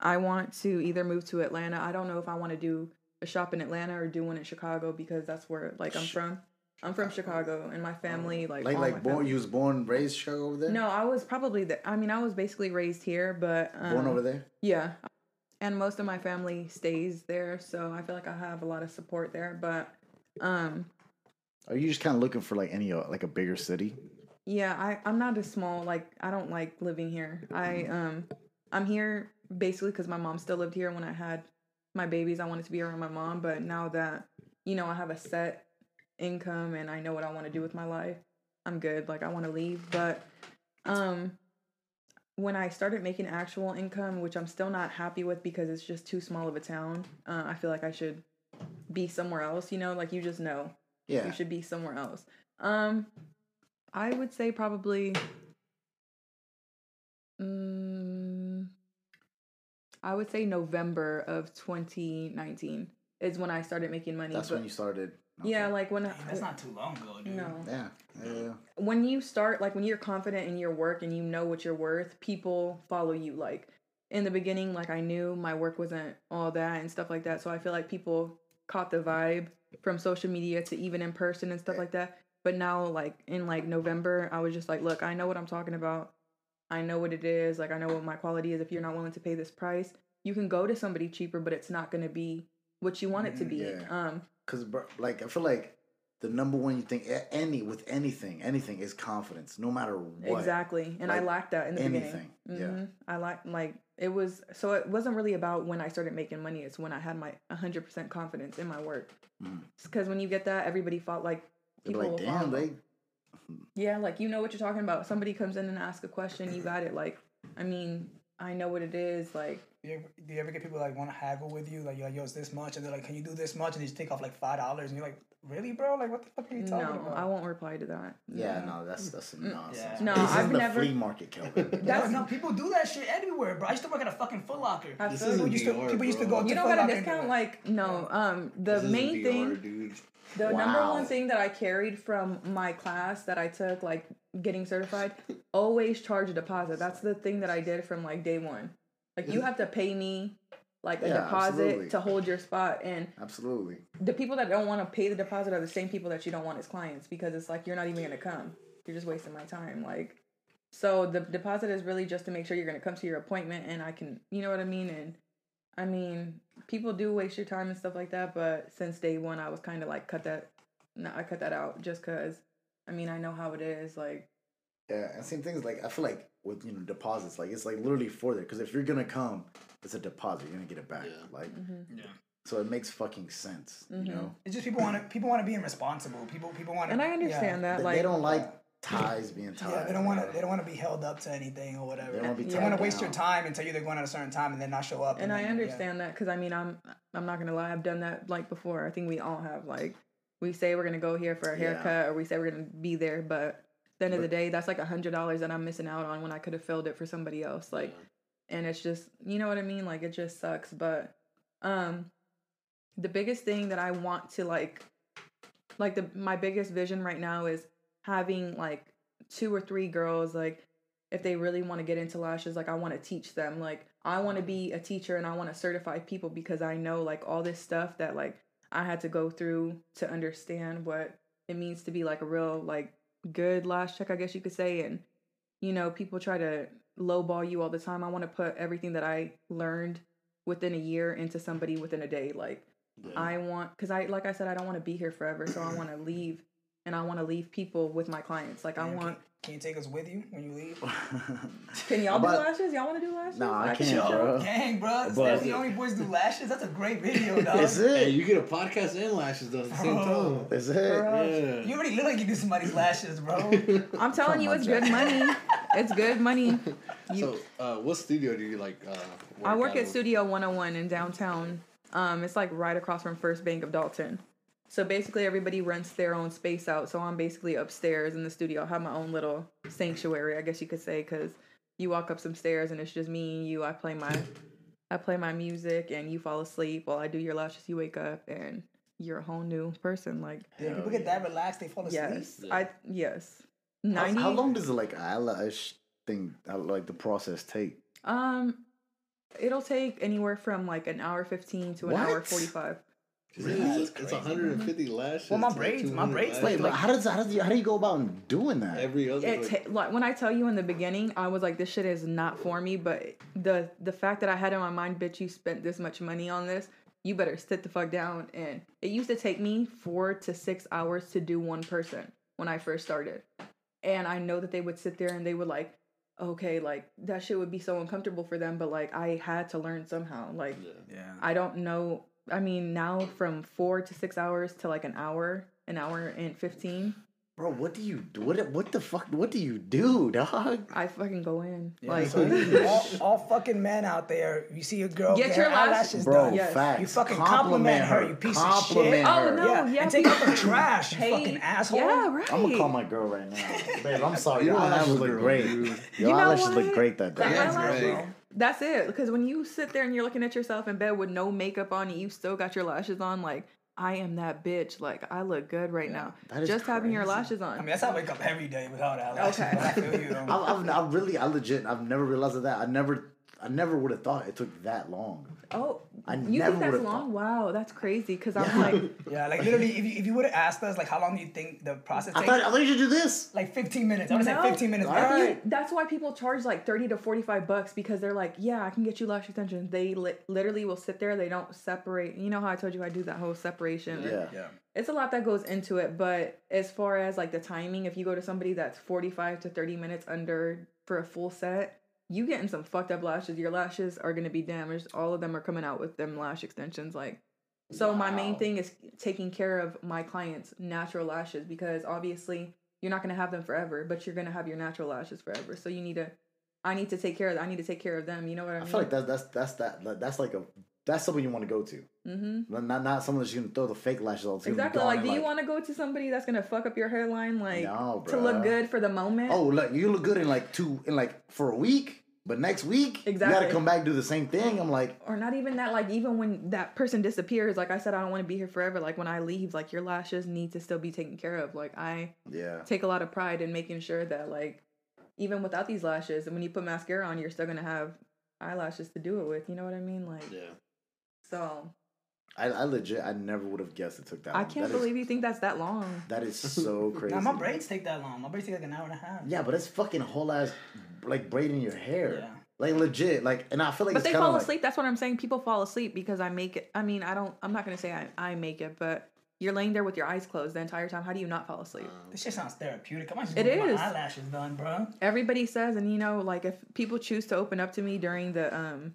[SPEAKER 7] I want to either move to Atlanta. I don't know if I want to do a shop in Atlanta or do one in Chicago because that's where like I'm from. I'm from Chicago and my family like
[SPEAKER 6] Oh. Like
[SPEAKER 7] all Oh my
[SPEAKER 6] like born,
[SPEAKER 7] family-
[SPEAKER 6] you was born raised Chicago over there.
[SPEAKER 7] No, I was probably the. I mean, I was basically raised here, but um,
[SPEAKER 6] born over there.
[SPEAKER 7] yeah. And most of my family stays there, so I feel like I have a lot of support there. But um
[SPEAKER 6] Are you just kind of looking for like any uh, like a bigger city?
[SPEAKER 7] yeah, I, I'm not as small like I don't like living here. I um I'm here basically because my mom still lived here when I had my babies. I wanted to be around my mom, but now that you know I have a set income and I know what I want to do with my life, I'm good. Like I want to leave, but um when I started making actual income, which I'm still not happy with because it's just too small of a town, uh, I feel like I should be somewhere else. You know, like you just know
[SPEAKER 6] Yeah,
[SPEAKER 7] you should be somewhere else. Um, I would say probably. Mm, I would say November of 2019 is when I started making money.
[SPEAKER 6] that's
[SPEAKER 7] but-
[SPEAKER 6] when you started.
[SPEAKER 7] yeah, like when
[SPEAKER 5] Hey, that's not too long ago, dude."
[SPEAKER 7] no.
[SPEAKER 6] Yeah, yeah, yeah.
[SPEAKER 7] When you start, like when you're confident in your work and you know what you're worth, people follow you. Like in the beginning, like I knew my work wasn't all that and stuff like that. So I feel like people caught the vibe from social media to even in person and stuff like that. But now, like in like November, I was just like, look, I know what I'm talking about. I know what it is. Like I know what my quality is. If you're not willing to pay this price, you can go to somebody cheaper, but it's not going to be what you want it to
[SPEAKER 5] Mm,
[SPEAKER 7] be.
[SPEAKER 6] yeah.
[SPEAKER 7] Um,
[SPEAKER 6] Cause bro, like I feel like the number one thing a- any with anything anything is confidence, no matter what.
[SPEAKER 7] Exactly. And I
[SPEAKER 6] Like,
[SPEAKER 7] lacked that in the
[SPEAKER 6] anything.
[SPEAKER 7] beginning.
[SPEAKER 6] Yeah.
[SPEAKER 7] Mhm. I lacked, like, it was, so it wasn't really about when I started making money. It's when I had my 100% confidence in my work.
[SPEAKER 6] Mhm.
[SPEAKER 7] Because when you get that, everybody felt like,
[SPEAKER 6] They'd be
[SPEAKER 7] people
[SPEAKER 6] like,
[SPEAKER 7] will
[SPEAKER 6] damn,
[SPEAKER 7] follow.
[SPEAKER 6] they
[SPEAKER 7] yeah, like, you know what you're talking about. Somebody comes in and asks a question, you got it. Like, I mean, I know what it is. Like,
[SPEAKER 5] Do you, ever, do you ever get people like want to haggle with you? Like, you're like, yo, it's this much, and they're like, can you do this much? And they just take off like five dollars, and you're like, really, bro? Like, what the fuck are you
[SPEAKER 7] no,
[SPEAKER 5] talking about?
[SPEAKER 7] I won't reply to that.
[SPEAKER 6] Yeah, Mm. no, that's that's some nonsense.
[SPEAKER 7] No,
[SPEAKER 6] this
[SPEAKER 7] I've
[SPEAKER 6] is the
[SPEAKER 7] never-
[SPEAKER 6] flea market, Kelvin.
[SPEAKER 5] That's no people do that shit everywhere, bro. I used to work at a fucking Foot Locker.
[SPEAKER 7] I
[SPEAKER 5] People
[SPEAKER 7] feel you.
[SPEAKER 4] isn't
[SPEAKER 5] used to,
[SPEAKER 4] DR,
[SPEAKER 5] people used to go.
[SPEAKER 4] bro.
[SPEAKER 5] to
[SPEAKER 7] You don't
[SPEAKER 5] Foot
[SPEAKER 7] got
[SPEAKER 5] Locker
[SPEAKER 7] a
[SPEAKER 5] and do
[SPEAKER 7] discount?
[SPEAKER 5] that.
[SPEAKER 7] Like, no. Um, the
[SPEAKER 4] This is
[SPEAKER 7] main
[SPEAKER 4] DR,
[SPEAKER 7] thing.
[SPEAKER 4] dude.
[SPEAKER 7] The number
[SPEAKER 6] Wow.
[SPEAKER 7] one thing that I carried from my class that I took, like getting certified, always charge a deposit. That's the thing that I did from like day one. Like you have to pay me like a
[SPEAKER 6] Yeah,
[SPEAKER 7] deposit
[SPEAKER 6] absolutely.
[SPEAKER 7] to hold your spot. And
[SPEAKER 6] Absolutely.
[SPEAKER 7] the people that don't want to pay the deposit are the same people that you don't want as clients because it's like you're not even gonna come. You're just wasting my time. Like so the deposit is really just to make sure you're gonna come to your appointment and I can you know what I mean? And I mean, people do waste your time and stuff like that, but since day one I was kinda like cut that no, I cut that out just cause I mean I know how it is, like
[SPEAKER 6] Yeah, and same things like I feel like with you know deposits, like it's like literally for there because if you're gonna come, it's a deposit. You're gonna get it back.
[SPEAKER 4] Yeah.
[SPEAKER 6] Like
[SPEAKER 5] Yeah.
[SPEAKER 6] so, it makes fucking sense. You know,
[SPEAKER 5] It's just people want to people want to be irresponsible. People people want to
[SPEAKER 7] and I understand that
[SPEAKER 6] They-
[SPEAKER 7] like
[SPEAKER 6] they don't like ties being tied.
[SPEAKER 5] Yeah, they don't want
[SPEAKER 6] you know?
[SPEAKER 5] to they don't want to be held up to anything or whatever.
[SPEAKER 6] They don't wanna be
[SPEAKER 5] They want
[SPEAKER 6] tied
[SPEAKER 5] to waste your
[SPEAKER 6] down.
[SPEAKER 5] time and tell you they're going at a certain time and then not show up.
[SPEAKER 7] and I
[SPEAKER 5] then-
[SPEAKER 7] understand that 'cause that because I mean I'm I'm not gonna lie I've done that like before I think we all have like we say we're gonna go here for a
[SPEAKER 6] Yeah.
[SPEAKER 7] haircut or we say we're gonna be there but at the end of the day that's like a hundred dollars that I'm missing out on when I could have filled it for somebody else like and it's just you know what I mean like it just sucks but um the biggest thing that I want to like like the my biggest vision right now is having like two or three girls like if they really want to get into lashes like i want to teach them like i want to be a teacher and i want to certify people because i know like all this stuff that like i had to go through to understand what it means to be like a real like good lash tech i guess you could say and you know people try to lowball you all the time i want to put everything that i learned within a year into somebody within a day like i want because i like i said i don't want to be here forever so i want to leave and i want to leave people with my clients like i
[SPEAKER 5] Yeah,
[SPEAKER 7] want
[SPEAKER 5] Can, can you take us with you when you leave?
[SPEAKER 7] can y'all
[SPEAKER 6] About-
[SPEAKER 7] do lashes? Y'all want to do lashes?
[SPEAKER 6] Nah, I
[SPEAKER 7] can
[SPEAKER 6] can't,
[SPEAKER 7] show
[SPEAKER 6] bro.
[SPEAKER 7] y'all.
[SPEAKER 5] Dang, bro,
[SPEAKER 6] But-
[SPEAKER 5] that's the only boys do lashes. That's a great video, dog.
[SPEAKER 6] Is it?
[SPEAKER 4] Hey, you get a podcast and lashes done at the same
[SPEAKER 7] Oh,
[SPEAKER 4] time.
[SPEAKER 6] Is it?
[SPEAKER 7] Bro.
[SPEAKER 4] Yeah.
[SPEAKER 5] You already look like you do somebody's lashes, bro.
[SPEAKER 7] I'm telling you, it's good money. It's good money.
[SPEAKER 4] So, uh, what studio do you like? Uh,
[SPEAKER 7] I work
[SPEAKER 4] out
[SPEAKER 7] at
[SPEAKER 4] of?
[SPEAKER 7] Studio 101 in downtown. Um, it's like right across from First Bank of Dalton. So basically, everybody rents their own space out. So I'm basically upstairs in the studio. I have my own little sanctuary, I guess you could say, because you walk up some stairs and it's just me and you. I play my, I play my music, and you fall asleep while I do your lashes. You wake up and you're a whole new person. Like
[SPEAKER 5] Yeah, people get that relaxed, they fall asleep.
[SPEAKER 7] yes, I yes. Ninety.
[SPEAKER 6] How, how long does it like eyelash thing how, like the process take?
[SPEAKER 7] Um, it'll take anywhere from like an hour fifteen to an hour
[SPEAKER 6] What?
[SPEAKER 7] forty-five.
[SPEAKER 4] Yeah, it's, it's 150 lashes.
[SPEAKER 5] Well, my
[SPEAKER 4] to, like,
[SPEAKER 5] braids- my
[SPEAKER 4] 200
[SPEAKER 5] braids
[SPEAKER 4] lashes.
[SPEAKER 6] Wait, but Mm, uh, how does how does you, how do you go about doing that?
[SPEAKER 4] every other.
[SPEAKER 7] It
[SPEAKER 4] like,
[SPEAKER 7] ta- like when I tell you in the beginning, I was like, "This shit is not for me." But the the fact that I had in my mind, "Bitch, you spent this much money on this. You better sit the fuck down." And it used to take me four to six hours to do one person when I first started, and I know that they would sit there and they would like, "Okay, like that shit would be so uncomfortable for them." But like, I had to learn somehow. Like,
[SPEAKER 5] Yeah.
[SPEAKER 7] I don't know. I mean, now from four to six hours to like an hour, an hour and 15,
[SPEAKER 6] Bro, what do you do? What what the fuck? What do you do, dog?
[SPEAKER 7] I fucking go in. like,
[SPEAKER 5] So all, all fucking men out there, you see a girl
[SPEAKER 7] Get
[SPEAKER 5] get,
[SPEAKER 7] your
[SPEAKER 5] her eyelashes
[SPEAKER 7] lashes-
[SPEAKER 6] Bro,
[SPEAKER 5] done.
[SPEAKER 7] Yes.
[SPEAKER 6] facts.
[SPEAKER 5] You fucking compliment her, you piece of shit.
[SPEAKER 6] Compliment
[SPEAKER 7] Oh,
[SPEAKER 6] her.
[SPEAKER 7] no.
[SPEAKER 5] yeah.
[SPEAKER 7] yeah,
[SPEAKER 5] and take out the
[SPEAKER 7] people-
[SPEAKER 5] trash, you
[SPEAKER 7] hey,
[SPEAKER 5] fucking asshole.
[SPEAKER 7] Yeah,
[SPEAKER 5] Oh,
[SPEAKER 7] right.
[SPEAKER 6] I'm gonna call my girl right now. Babe, I'm sorry. Your
[SPEAKER 4] Your
[SPEAKER 6] eyelashes
[SPEAKER 4] eyelashes
[SPEAKER 6] look
[SPEAKER 4] are
[SPEAKER 6] great.
[SPEAKER 4] great.
[SPEAKER 6] Your
[SPEAKER 7] You know
[SPEAKER 6] eyelashes
[SPEAKER 7] what?
[SPEAKER 6] look great that
[SPEAKER 7] That
[SPEAKER 6] day.
[SPEAKER 4] That's
[SPEAKER 7] eyelashes-
[SPEAKER 4] great.
[SPEAKER 7] That's it. Because when you sit there and you're looking at yourself in bed with no makeup on, and you still got your lashes on, like I am that bitch. Like I look good right now.
[SPEAKER 6] that is
[SPEAKER 7] Just having your
[SPEAKER 6] crazy.
[SPEAKER 7] lashes on.
[SPEAKER 5] I mean, that's how I wake up every day without eyelashes.
[SPEAKER 7] Okay.
[SPEAKER 5] but I feel you.
[SPEAKER 6] I,
[SPEAKER 5] though.
[SPEAKER 6] I've, I've really, I legit, I've never realized that. I never, I never would have thought it took that long.
[SPEAKER 7] oh,
[SPEAKER 6] I
[SPEAKER 7] you
[SPEAKER 6] never
[SPEAKER 7] think that's
[SPEAKER 6] would've
[SPEAKER 7] long? Wow, that's crazy. Because I'm
[SPEAKER 6] Yeah.
[SPEAKER 7] like,
[SPEAKER 5] Yeah, like literally, if you, if you would have asked us, like, how long do you think the process
[SPEAKER 6] I
[SPEAKER 5] takes?
[SPEAKER 6] thought, I thought you should do this.
[SPEAKER 5] like 15 minutes. I would have
[SPEAKER 7] No.
[SPEAKER 5] said 15 minutes.
[SPEAKER 6] All
[SPEAKER 5] bro.
[SPEAKER 6] right.
[SPEAKER 7] You- that's why people charge like 30 to 45 bucks because they're like, yeah, I can get you lash extensions. They li- literally will sit there. They don't separate. You know how I told you I do that whole separation?
[SPEAKER 6] Yeah.
[SPEAKER 7] It's a lot that goes into it. But as far as like the timing, if you go to somebody that's 45 to 30 minutes under for a full set, you getting some fucked up lashes. Your lashes are going to be damaged. All of them are coming out with them lash extensions. Like, so my main
[SPEAKER 6] Wow.
[SPEAKER 7] thing is taking care of my clients' natural lashes because obviously you're not going to have them forever, but you're going to have your natural lashes forever. So you need to I need to take care of. I need to take care of them. You know what I
[SPEAKER 6] I
[SPEAKER 7] mean?
[SPEAKER 6] feel like that's that's that's that like, that's like a that's something you want to go to.
[SPEAKER 7] mm-hmm.
[SPEAKER 6] Not not- not someone that's gonna throw the fake lashes all
[SPEAKER 7] Exactly. Like, do you want to go to somebody that's gonna fuck up your hairline, like
[SPEAKER 6] No,
[SPEAKER 7] to look
[SPEAKER 6] bruh.
[SPEAKER 7] good for the moment?
[SPEAKER 6] Oh, look, you look good in like two in like for a week, but next week you
[SPEAKER 7] Exactly.
[SPEAKER 6] gotta come back and do the same thing. I'm like,
[SPEAKER 7] or not even that like even when that person disappears like i said i don't want to be here forever like when i leave like your lashes need to still be taken care of like i
[SPEAKER 6] yeah,
[SPEAKER 7] take a lot of pride in making sure that like even without these lashes and when you put mascara on you're still gonna have eyelashes to do it with you know what i mean like
[SPEAKER 4] Yeah.
[SPEAKER 7] so
[SPEAKER 6] I, I legit I never would have guessed it took that.
[SPEAKER 7] i
[SPEAKER 6] long.
[SPEAKER 7] can't
[SPEAKER 6] Um, That is-
[SPEAKER 7] believe you think that's that long
[SPEAKER 6] that is so crazy.
[SPEAKER 5] Now my braids take that long. My braids take like an hour and a half.
[SPEAKER 6] Yeah, but it's fucking whole ass like braiding your hair,
[SPEAKER 5] Yeah.
[SPEAKER 6] like legit, like, and I feel like
[SPEAKER 7] but
[SPEAKER 6] it's
[SPEAKER 7] they
[SPEAKER 6] kinda
[SPEAKER 7] fall
[SPEAKER 6] like-
[SPEAKER 7] asleep that's what i'm saying people fall asleep because i make it i mean i don't i'm not gonna say i, I make it but you're laying there with your eyes closed the entire time how do you not fall asleep
[SPEAKER 5] This shit sounds therapeutic. I might just
[SPEAKER 7] It
[SPEAKER 5] go get
[SPEAKER 7] is.
[SPEAKER 5] my eyelashes done, bro.
[SPEAKER 7] everybody says and you know like if people choose to open up to me during the um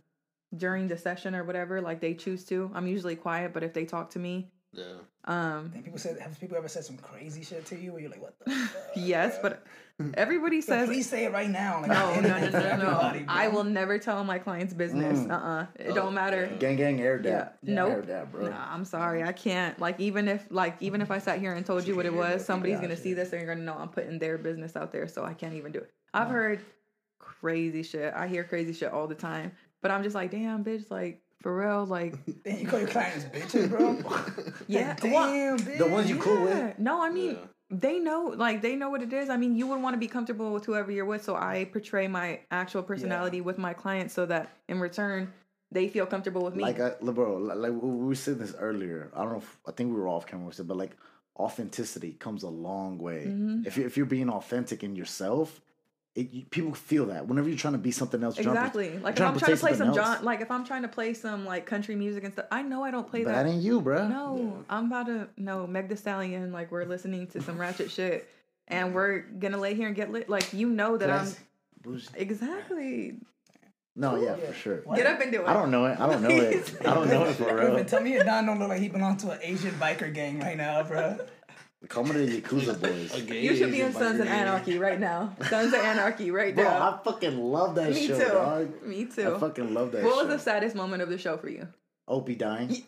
[SPEAKER 7] during the session or whatever like they choose to i'm usually quiet but if they talk to me
[SPEAKER 4] Yeah.
[SPEAKER 7] um
[SPEAKER 5] And people said, have people ever said some crazy shit to you? Where you're like, what? the fuck?
[SPEAKER 7] yes but everybody
[SPEAKER 5] Yo,
[SPEAKER 7] says
[SPEAKER 5] Please say it right now. Like,
[SPEAKER 7] no no no no no,
[SPEAKER 5] Everybody,
[SPEAKER 7] no.
[SPEAKER 5] bro. Oh,
[SPEAKER 7] i will never tell my client's business
[SPEAKER 6] Mm.
[SPEAKER 7] uh-uh it don't matter
[SPEAKER 6] gang gang air
[SPEAKER 7] yeah,
[SPEAKER 6] dab,
[SPEAKER 7] nope
[SPEAKER 6] air dab, bro.
[SPEAKER 7] Nah, i'm sorry i can't like even if like even if i sat here and told you what it was somebody's gonna see this and you're gonna know i'm putting their business out there so i can't even do it i've heard crazy shit i hear crazy shit all the time but i'm just like damn bitch like for real like
[SPEAKER 5] Then you call your clients bitches, bro.
[SPEAKER 7] yeah
[SPEAKER 5] Damn,
[SPEAKER 7] well,
[SPEAKER 5] bitch.
[SPEAKER 6] The ones you cool
[SPEAKER 7] yeah.
[SPEAKER 6] with,
[SPEAKER 7] no i mean
[SPEAKER 4] Yeah.
[SPEAKER 7] they know like they know what it is i mean you would want to be comfortable with whoever you're with so i portray my actual personality with my clients so that in return they feel comfortable with me
[SPEAKER 6] like I, li- bro, li- like we we were saying this earlier. I don't know. If, I think we were off camera, we said, but like authenticity comes a long way.
[SPEAKER 7] Mhm.
[SPEAKER 6] If you if you're being authentic in yourself, it, you, people feel that. Whenever you're trying to be something else, you're trying to-
[SPEAKER 7] Exactly. Like if
[SPEAKER 6] trying
[SPEAKER 7] I'm trying to
[SPEAKER 6] portray
[SPEAKER 7] play some
[SPEAKER 6] something else.
[SPEAKER 7] John, like if I'm trying to play some like country music and stuff, I know I don't play
[SPEAKER 6] but
[SPEAKER 7] that.
[SPEAKER 6] that ain't you, bro.
[SPEAKER 7] no, I'm about to no Meg The Stallion. Like we're listening to some ratchet shit, and we're gonna lay here and get lit. Like you know that I'm exactly
[SPEAKER 6] No, yeah, for sure.
[SPEAKER 7] get up and do it.
[SPEAKER 6] I don't know it. I don't know it. I don't know it for real.
[SPEAKER 5] Griffin, tell me your Don don't look like he belongs to an Asian biker gang right now, bro.
[SPEAKER 6] Coming to the Yakuza boys.
[SPEAKER 4] Again,
[SPEAKER 7] You should be in Sons of Anarchy right now. Sons of Anarchy right
[SPEAKER 6] Bro,
[SPEAKER 7] now.
[SPEAKER 6] I fucking love that
[SPEAKER 7] Me
[SPEAKER 6] show,
[SPEAKER 7] too.
[SPEAKER 6] dog.
[SPEAKER 7] Me
[SPEAKER 6] I
[SPEAKER 7] too.
[SPEAKER 6] fucking love that
[SPEAKER 7] What
[SPEAKER 6] show.
[SPEAKER 7] was the saddest moment of the show for you?
[SPEAKER 6] Opie dying.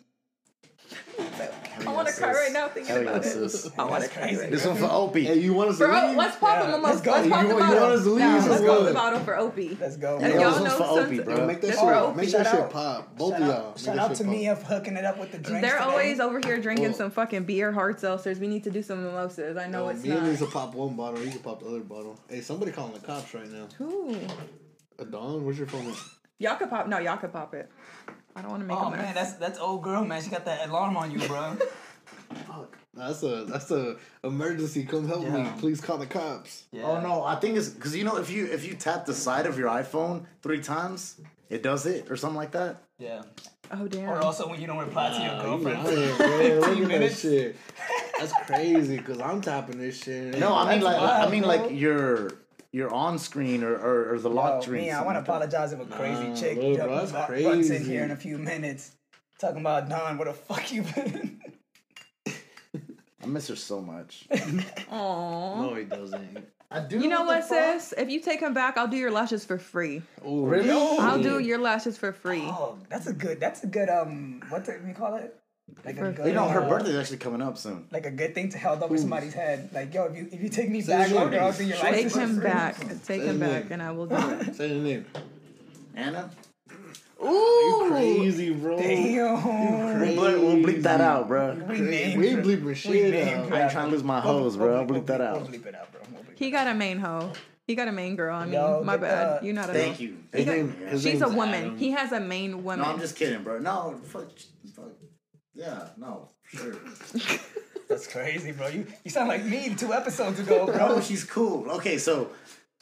[SPEAKER 7] I want to cry right now thinking
[SPEAKER 6] Hell yeah,
[SPEAKER 7] about it.
[SPEAKER 6] sis.
[SPEAKER 7] I want to cry. right
[SPEAKER 6] This one for Opie.
[SPEAKER 4] Hey, you want us to
[SPEAKER 7] Bro,
[SPEAKER 4] leave?
[SPEAKER 7] let's pop him a
[SPEAKER 5] let's
[SPEAKER 7] mother-
[SPEAKER 5] go.
[SPEAKER 7] Let's
[SPEAKER 5] You
[SPEAKER 7] pop the
[SPEAKER 4] want- you want us to
[SPEAKER 7] bottle.
[SPEAKER 4] leave or
[SPEAKER 7] No, let's pop the
[SPEAKER 4] what?
[SPEAKER 7] bottle for Opie.
[SPEAKER 5] Let's go.
[SPEAKER 7] And
[SPEAKER 5] bro.
[SPEAKER 7] y'all
[SPEAKER 6] this one's
[SPEAKER 7] know
[SPEAKER 6] for
[SPEAKER 7] Sons-
[SPEAKER 6] Opie,
[SPEAKER 4] Yo,
[SPEAKER 6] bro.
[SPEAKER 4] make that
[SPEAKER 7] That's
[SPEAKER 4] shit,
[SPEAKER 7] right.
[SPEAKER 4] make
[SPEAKER 5] Shout
[SPEAKER 4] that shit
[SPEAKER 5] out.
[SPEAKER 4] pop. Both
[SPEAKER 5] Shout
[SPEAKER 4] of
[SPEAKER 5] out,
[SPEAKER 4] y'all. Make
[SPEAKER 5] shout
[SPEAKER 4] that
[SPEAKER 5] out
[SPEAKER 4] shit
[SPEAKER 5] to
[SPEAKER 4] pop.
[SPEAKER 5] Mia for hooking it up with the drinks.
[SPEAKER 7] They're
[SPEAKER 5] today.
[SPEAKER 7] always over here drinking
[SPEAKER 4] Well-
[SPEAKER 7] some fucking beer, hard seltzers. We need to do some mimosas. I know
[SPEAKER 4] No,
[SPEAKER 7] it's
[SPEAKER 4] me and Lisa
[SPEAKER 7] not.
[SPEAKER 4] pop one bottle. You can pop the other bottle. Hey, somebody calling the cops right now.
[SPEAKER 7] Ooh.
[SPEAKER 4] Uh, Don, where's your phone? At?
[SPEAKER 7] Y'all could pop. No, y'all could pop it. I don't want to make
[SPEAKER 5] Oh
[SPEAKER 7] a mess.
[SPEAKER 5] man, that's that's old girl, man. She got that alarm on you, bro.
[SPEAKER 4] That's a that's a emergency. Come help me,
[SPEAKER 5] Yeah.
[SPEAKER 4] please. Call the cops.
[SPEAKER 5] Yeah.
[SPEAKER 6] Oh no, I think it's because you know if you if you tap the side of your iPhone three times, it does it or something like that.
[SPEAKER 5] Yeah.
[SPEAKER 7] oh damn.
[SPEAKER 5] Or also when you don't reply to your girlfriend.
[SPEAKER 4] Wow, you lying, bro. Look at that
[SPEAKER 5] minutes.
[SPEAKER 4] shit. That's crazy. Cause I'm tapping this shit.
[SPEAKER 6] No, I mean
[SPEAKER 5] That's
[SPEAKER 6] like
[SPEAKER 5] wild,
[SPEAKER 6] I mean
[SPEAKER 5] bro.
[SPEAKER 6] like your your on screen or, or or the lock
[SPEAKER 5] Oh,
[SPEAKER 6] screen.
[SPEAKER 5] man, I want to apologize if a crazy
[SPEAKER 4] Nah,
[SPEAKER 5] chick
[SPEAKER 4] look,
[SPEAKER 5] jumped
[SPEAKER 4] bro, that's
[SPEAKER 5] bu- butts in
[SPEAKER 4] crazy.
[SPEAKER 5] here in a few minutes, talking about Don. Where the fuck you been?
[SPEAKER 6] I miss her so much.
[SPEAKER 7] Aw.
[SPEAKER 4] No, he doesn't.
[SPEAKER 6] I do.
[SPEAKER 7] You know what, sis? If you take him back, I'll do your lashes for free.
[SPEAKER 4] Oh,
[SPEAKER 6] Really?
[SPEAKER 7] I'll do your lashes for free.
[SPEAKER 5] oh, that's a good. That's a good. Um, what do we call it? Like a good.
[SPEAKER 6] You know Oh, her
[SPEAKER 5] uh,
[SPEAKER 6] birthday's actually coming up soon.
[SPEAKER 5] Like a good thing to held over somebody's head. Like yo, if you if you take me back,
[SPEAKER 4] it's
[SPEAKER 5] I'll
[SPEAKER 4] like-
[SPEAKER 5] do your life.
[SPEAKER 7] Take him back. Take him
[SPEAKER 4] Amen.
[SPEAKER 7] back, and I will do it.
[SPEAKER 4] Say the name.
[SPEAKER 6] Anna.
[SPEAKER 7] Ooh.
[SPEAKER 4] Crazy, bro.
[SPEAKER 5] Damn.
[SPEAKER 6] We'll bleep, we'll bleep that out, bro.
[SPEAKER 5] We
[SPEAKER 4] We ain't bleeping shit out.
[SPEAKER 6] I ain't trying to lose my hoes, bro. I'll bleep that out.
[SPEAKER 5] We'll bleep it out, bro. We'll bleep it
[SPEAKER 7] He got a main hoe. He got a main girl. I mean,
[SPEAKER 5] Yo,
[SPEAKER 7] my
[SPEAKER 5] get
[SPEAKER 7] bad.
[SPEAKER 5] the-
[SPEAKER 7] You're not a
[SPEAKER 6] Thank
[SPEAKER 7] main-
[SPEAKER 6] you.
[SPEAKER 4] His name, his
[SPEAKER 7] She's a
[SPEAKER 4] name's
[SPEAKER 7] woman.
[SPEAKER 4] Adam.
[SPEAKER 7] He has a main
[SPEAKER 6] No,
[SPEAKER 7] woman.
[SPEAKER 6] I'm just kidding, bro. No, fuck, fuck. Yeah, no, sure.
[SPEAKER 5] out. That's crazy, bro. You you sound like me two episodes ago, bro.
[SPEAKER 6] Oh, she's cool. Okay, so,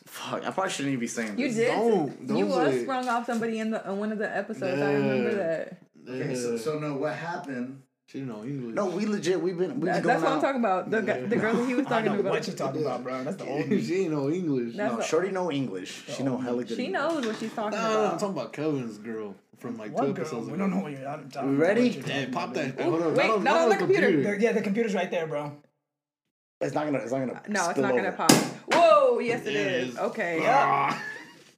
[SPEAKER 6] fuck. I probably shouldn't even be saying
[SPEAKER 7] You
[SPEAKER 6] this.
[SPEAKER 7] did.
[SPEAKER 4] Don't-
[SPEAKER 7] you
[SPEAKER 4] don't
[SPEAKER 7] was
[SPEAKER 4] say it.
[SPEAKER 7] sprung off somebody in the in one of the episodes. I remember
[SPEAKER 4] Yeah.
[SPEAKER 7] that.
[SPEAKER 6] Okay, so,
[SPEAKER 4] Yeah.
[SPEAKER 6] so no, what happened?
[SPEAKER 4] She know English.
[SPEAKER 6] No, we legit. We've been. We've been
[SPEAKER 7] That-
[SPEAKER 6] going
[SPEAKER 7] that's what I'm
[SPEAKER 6] out.
[SPEAKER 7] talking about. The guy- the girl that he was
[SPEAKER 5] I
[SPEAKER 7] talking
[SPEAKER 5] know what
[SPEAKER 7] about.
[SPEAKER 5] you talking about, bro. That's the old me.
[SPEAKER 4] she ain't know English.
[SPEAKER 7] That's
[SPEAKER 6] No,
[SPEAKER 7] the-
[SPEAKER 6] Shorty know English.
[SPEAKER 5] Oh,
[SPEAKER 6] She know hella good.
[SPEAKER 7] she
[SPEAKER 6] English.
[SPEAKER 7] knows what she's talking
[SPEAKER 4] No, no, I'm
[SPEAKER 7] about.
[SPEAKER 4] talking about Kevin's girl from like two
[SPEAKER 5] What girl?
[SPEAKER 4] episodes
[SPEAKER 5] We
[SPEAKER 4] ago.
[SPEAKER 5] don't know what you're I'm talking
[SPEAKER 6] We
[SPEAKER 5] about.
[SPEAKER 6] ready?
[SPEAKER 4] Hey, pop that.
[SPEAKER 7] Ooh,
[SPEAKER 4] hold on,
[SPEAKER 7] wait,
[SPEAKER 4] not on,
[SPEAKER 7] not
[SPEAKER 4] not
[SPEAKER 7] on
[SPEAKER 4] on
[SPEAKER 7] the computer.
[SPEAKER 5] They're- yeah, the computer's right there, bro.
[SPEAKER 6] It's not gonna. It's not gonna.
[SPEAKER 7] No, it's
[SPEAKER 6] spill
[SPEAKER 7] not gonna
[SPEAKER 6] over.
[SPEAKER 7] pop. Whoa, yes it
[SPEAKER 4] Yeah, it
[SPEAKER 7] is.
[SPEAKER 4] is.
[SPEAKER 7] Okay.
[SPEAKER 4] Ah.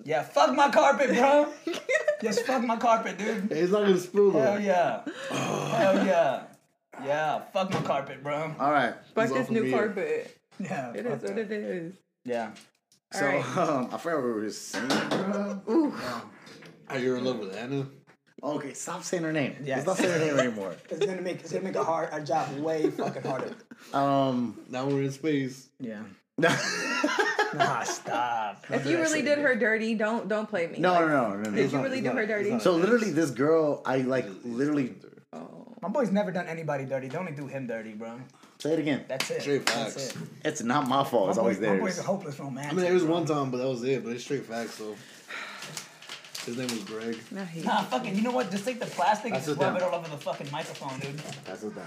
[SPEAKER 5] Yeah, fuck my carpet, bro. Just fuck my carpet, dude.
[SPEAKER 4] It's not gonna spill though.
[SPEAKER 5] Hell yeah. Hell yeah. Yeah, fuck my carpet, bro.
[SPEAKER 6] All right.
[SPEAKER 7] Fuck
[SPEAKER 4] all
[SPEAKER 7] this
[SPEAKER 4] for
[SPEAKER 7] new
[SPEAKER 4] me.
[SPEAKER 7] carpet.
[SPEAKER 5] Yeah.
[SPEAKER 7] It
[SPEAKER 5] fuck
[SPEAKER 7] is what
[SPEAKER 5] that.
[SPEAKER 7] it is.
[SPEAKER 5] Yeah.
[SPEAKER 7] All
[SPEAKER 6] so
[SPEAKER 7] right.
[SPEAKER 6] um, I forgot what we were saying, bro.
[SPEAKER 4] Are you in love with Anna?
[SPEAKER 6] Okay, stop saying her name.
[SPEAKER 5] Yes.
[SPEAKER 6] Let's not say her name anymore.
[SPEAKER 5] It's gonna make it's gonna make a hard our job way fucking harder.
[SPEAKER 6] Um,
[SPEAKER 4] Now we're in space.
[SPEAKER 5] Yeah. Nah, stop.
[SPEAKER 7] If you really did her dirty, don't don't play me.
[SPEAKER 6] no,
[SPEAKER 7] Like,
[SPEAKER 6] no, no, no, no.
[SPEAKER 7] Did you really do her dirty?
[SPEAKER 6] So literally, this girl, I like literally
[SPEAKER 7] Oh.
[SPEAKER 5] My boy's never done anybody dirty. They only do him dirty, bro.
[SPEAKER 6] say it again.
[SPEAKER 5] That's it.
[SPEAKER 4] Straight
[SPEAKER 5] That's
[SPEAKER 4] facts.
[SPEAKER 5] it.
[SPEAKER 6] It's not my fault.
[SPEAKER 5] My,
[SPEAKER 6] It's always
[SPEAKER 5] boy, my
[SPEAKER 6] theirs.
[SPEAKER 5] boy's a hopeless romantic.
[SPEAKER 4] I mean, it was one time, but that was it. But it's straight facts, so. His name was Greg.
[SPEAKER 7] I hate
[SPEAKER 5] Nah, fucking. You know what? Just take the plastic and
[SPEAKER 4] That's
[SPEAKER 5] just
[SPEAKER 4] what
[SPEAKER 5] rub it
[SPEAKER 4] them-
[SPEAKER 5] all over the fucking microphone, dude.
[SPEAKER 6] That's the thing.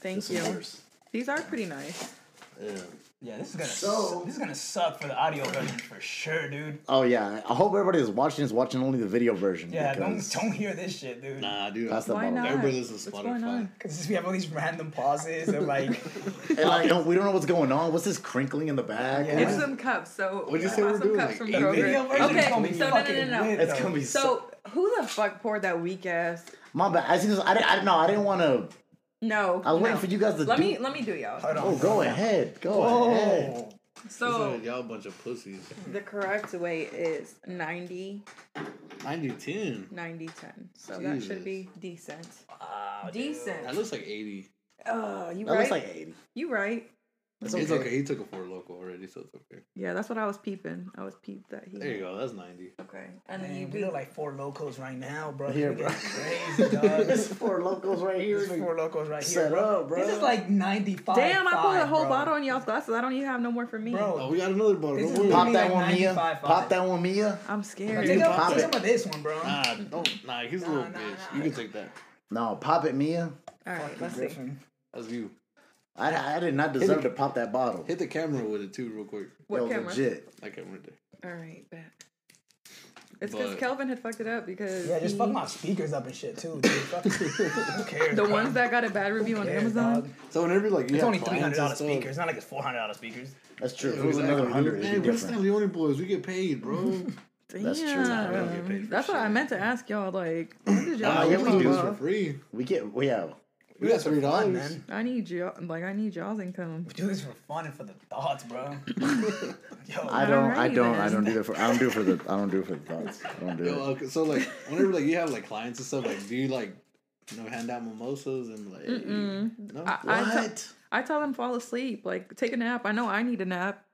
[SPEAKER 7] Thank
[SPEAKER 6] This is
[SPEAKER 7] you.
[SPEAKER 6] worse.
[SPEAKER 7] These are pretty nice.
[SPEAKER 4] Yeah.
[SPEAKER 5] Yeah, this is gonna su- this is gonna suck for the audio version for sure, dude.
[SPEAKER 6] Oh yeah, I hope everybody that's watching is watching only the video version.
[SPEAKER 5] Yeah,
[SPEAKER 6] because
[SPEAKER 5] don't don't hear this shit, dude.
[SPEAKER 4] Nah, dude.
[SPEAKER 6] That's the
[SPEAKER 7] Why
[SPEAKER 6] problem.
[SPEAKER 7] not?
[SPEAKER 4] Everybody listens to
[SPEAKER 7] What's going
[SPEAKER 4] Spotify.
[SPEAKER 7] on?
[SPEAKER 5] Because we have all these random pauses and like,
[SPEAKER 6] And like, don't, we don't know what's going on. What's this crinkling in the back?
[SPEAKER 5] Yeah.
[SPEAKER 7] It's some cups. So
[SPEAKER 4] What'd you
[SPEAKER 7] I
[SPEAKER 4] say
[SPEAKER 7] bought
[SPEAKER 4] we're
[SPEAKER 7] some
[SPEAKER 4] doing?
[SPEAKER 7] cups
[SPEAKER 4] Like
[SPEAKER 7] from
[SPEAKER 4] eight
[SPEAKER 7] Kroger.
[SPEAKER 5] video version
[SPEAKER 7] Okay,
[SPEAKER 5] gonna be
[SPEAKER 7] so no, no,
[SPEAKER 5] fucking
[SPEAKER 7] no, no.
[SPEAKER 5] lit,
[SPEAKER 6] It's
[SPEAKER 5] though.
[SPEAKER 6] gonna be so.
[SPEAKER 7] So who the fuck poured that weak ass?
[SPEAKER 6] My bad. I see this. I didn't. I didn't know. I didn't want to.
[SPEAKER 7] No,
[SPEAKER 6] I was
[SPEAKER 7] no.
[SPEAKER 6] waiting for you guys to
[SPEAKER 7] Let
[SPEAKER 6] do-
[SPEAKER 7] me let me do y'all.
[SPEAKER 5] Hold on,
[SPEAKER 6] Oh,
[SPEAKER 5] bro.
[SPEAKER 6] go ahead. Go ahead.
[SPEAKER 5] Oh,
[SPEAKER 7] So
[SPEAKER 4] Y'all a bunch of pussies.
[SPEAKER 7] the correct way is 90,
[SPEAKER 4] 90 10.
[SPEAKER 7] 90, 10. So that
[SPEAKER 4] Jesus.
[SPEAKER 7] should be decent.
[SPEAKER 5] wow, dude.
[SPEAKER 7] decent.
[SPEAKER 4] That looks like 80.
[SPEAKER 7] Oh, you
[SPEAKER 6] That
[SPEAKER 7] right.
[SPEAKER 6] looks like eighty.
[SPEAKER 7] you right.
[SPEAKER 6] That's
[SPEAKER 4] It's okay. He took a four local already, so it's okay.
[SPEAKER 7] Yeah, that's what I was peeping. I was peeped that he.
[SPEAKER 4] There you go. That's 90.
[SPEAKER 7] Okay, and then you
[SPEAKER 5] Man,
[SPEAKER 7] do
[SPEAKER 5] we look like four locos right now, bro.
[SPEAKER 6] Here,
[SPEAKER 5] We
[SPEAKER 6] bro.
[SPEAKER 5] getting Crazy, dog.
[SPEAKER 6] There's four locals right here.
[SPEAKER 5] There's four locos right here,
[SPEAKER 6] Set
[SPEAKER 5] bro.
[SPEAKER 6] up, bro.
[SPEAKER 5] This is like 95.
[SPEAKER 7] Damn, I poured a whole
[SPEAKER 5] bro.
[SPEAKER 7] bottle in y'all's glasses. I don't even have no more for me.
[SPEAKER 5] Bro,
[SPEAKER 4] Oh, we got another bottle.
[SPEAKER 5] This
[SPEAKER 4] Don't
[SPEAKER 5] is
[SPEAKER 4] worry.
[SPEAKER 5] pop-
[SPEAKER 6] Pop that
[SPEAKER 5] like
[SPEAKER 6] one, Mia.
[SPEAKER 5] 95,
[SPEAKER 6] Pop
[SPEAKER 5] five.
[SPEAKER 6] that one, Mia.
[SPEAKER 7] I'm scared.
[SPEAKER 5] take, up,
[SPEAKER 6] pop
[SPEAKER 5] take
[SPEAKER 6] it.
[SPEAKER 5] some of this one, bro.
[SPEAKER 4] Nah, don't. Nah, he's a little
[SPEAKER 5] nah,
[SPEAKER 4] bitch.
[SPEAKER 5] nah.
[SPEAKER 4] You can take that.
[SPEAKER 6] No, pop it, Mia.
[SPEAKER 7] All right, let's see.
[SPEAKER 5] Griffin.
[SPEAKER 4] That's you.
[SPEAKER 6] I, I did not deserve to pop that bottle.
[SPEAKER 4] Hit the camera with it too, real quick.
[SPEAKER 7] What
[SPEAKER 6] Yo,
[SPEAKER 7] camera?
[SPEAKER 6] legit.
[SPEAKER 4] That camera right there.
[SPEAKER 7] All right, bet. It's because
[SPEAKER 4] But-
[SPEAKER 7] Kelvin had fucked it up because
[SPEAKER 5] Yeah, just
[SPEAKER 7] he-
[SPEAKER 5] fuck my speakers up and shit too. Dude. Fuck- Who cares?
[SPEAKER 7] the
[SPEAKER 5] bro?
[SPEAKER 7] ones that got a bad review on
[SPEAKER 5] Who cares,
[SPEAKER 7] Amazon.
[SPEAKER 5] dog?
[SPEAKER 4] So whenever like you
[SPEAKER 5] It's
[SPEAKER 4] have
[SPEAKER 5] only three
[SPEAKER 4] clients and
[SPEAKER 5] hundred dollars
[SPEAKER 4] stuff-
[SPEAKER 5] speakers. It's not like it's four hundred dollars speakers.
[SPEAKER 6] That's true. If it was
[SPEAKER 4] Exactly,
[SPEAKER 6] another
[SPEAKER 4] dude.
[SPEAKER 6] hundred,
[SPEAKER 4] Hey,
[SPEAKER 6] it'd be
[SPEAKER 4] we're
[SPEAKER 6] different.
[SPEAKER 4] Stanley Warner Boys. We get paid, bro.
[SPEAKER 7] Damn.
[SPEAKER 6] That's true.
[SPEAKER 4] we don't get paid for
[SPEAKER 7] That's what I
[SPEAKER 4] shit. Ah,
[SPEAKER 7] meant to ask y'all. Like, what did y'all
[SPEAKER 6] Nah, yeah, we
[SPEAKER 7] do
[SPEAKER 6] do.
[SPEAKER 7] about?
[SPEAKER 4] for free.
[SPEAKER 6] We get, well, yeah.
[SPEAKER 4] We got three dollars.
[SPEAKER 5] Fun, man.
[SPEAKER 7] I need y'all. Like, I need y'all's income.
[SPEAKER 5] We do this for fun and for the thoughts, bro. Yo,
[SPEAKER 6] I don't, I
[SPEAKER 7] Alrighty
[SPEAKER 6] don't, I
[SPEAKER 7] then.
[SPEAKER 6] don't do that for, I don't do it for the, I don't do it for the thoughts. I don't do
[SPEAKER 4] Yo,
[SPEAKER 6] it.
[SPEAKER 4] okay, so like whenever like you have like clients and stuff, like do you like you know hand out mimosas and like no?
[SPEAKER 7] I, I, tell- I tell them fall asleep. Like, take a nap. I know I need a nap.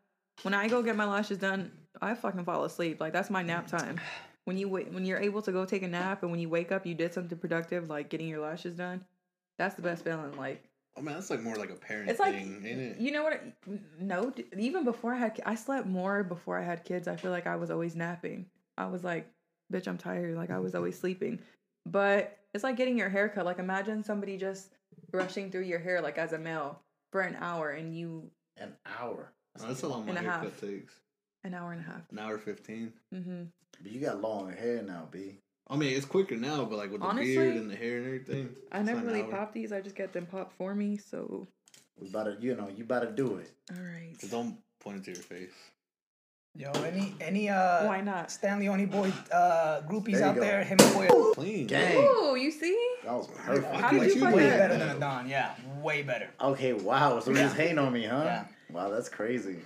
[SPEAKER 7] When I go get my lashes done, I fucking fall asleep. Like, that's my nap time. When you wait, when you're able to go take a nap, and when you wake up, you did something productive, like getting your lashes done. That's the best feeling. Like,
[SPEAKER 4] oh man, that's like more like a parent
[SPEAKER 7] It's like
[SPEAKER 4] thing, ain't it?
[SPEAKER 7] you know what? No, d- even before I had, ki- I slept more before I had kids. I feel like I was always napping. I was like, bitch, I'm tired. Like I was always sleeping. But it's like getting your hair cut. Like imagine somebody just brushing through your hair, like as a male, for an hour, and you
[SPEAKER 6] An hour.
[SPEAKER 4] No, that's how long my
[SPEAKER 7] And a
[SPEAKER 4] haircut
[SPEAKER 7] half.
[SPEAKER 4] takes.
[SPEAKER 7] an hour and a half.
[SPEAKER 4] An hour fifteen.
[SPEAKER 7] hmm
[SPEAKER 6] But you got long hair now, B.
[SPEAKER 4] I mean, it's quicker now, but like with the beard
[SPEAKER 7] Honestly,
[SPEAKER 4] and the hair and everything.
[SPEAKER 7] I
[SPEAKER 4] it's
[SPEAKER 7] never
[SPEAKER 4] not an
[SPEAKER 7] really
[SPEAKER 4] hour.
[SPEAKER 7] pop these. I just get them popped for me. So
[SPEAKER 6] We about to, you know, you about to do it.
[SPEAKER 7] all right.
[SPEAKER 4] Just don't point it to your face.
[SPEAKER 5] yo, any any uh
[SPEAKER 7] Why not?
[SPEAKER 5] Stanley Oni boy uh groupies
[SPEAKER 6] There you
[SPEAKER 5] out
[SPEAKER 6] go.
[SPEAKER 5] there, him and boy are
[SPEAKER 4] Clean.
[SPEAKER 6] Gang.
[SPEAKER 7] Oh, you see?
[SPEAKER 6] That was perfect.
[SPEAKER 7] How did
[SPEAKER 4] Like,
[SPEAKER 7] you fuck
[SPEAKER 4] way
[SPEAKER 5] way
[SPEAKER 7] Yeah.
[SPEAKER 5] better
[SPEAKER 4] better.
[SPEAKER 5] than a Don, yeah. Way better.
[SPEAKER 6] Okay, wow. So we just hating on me, huh?
[SPEAKER 5] Yeah.
[SPEAKER 6] Wow, that's crazy.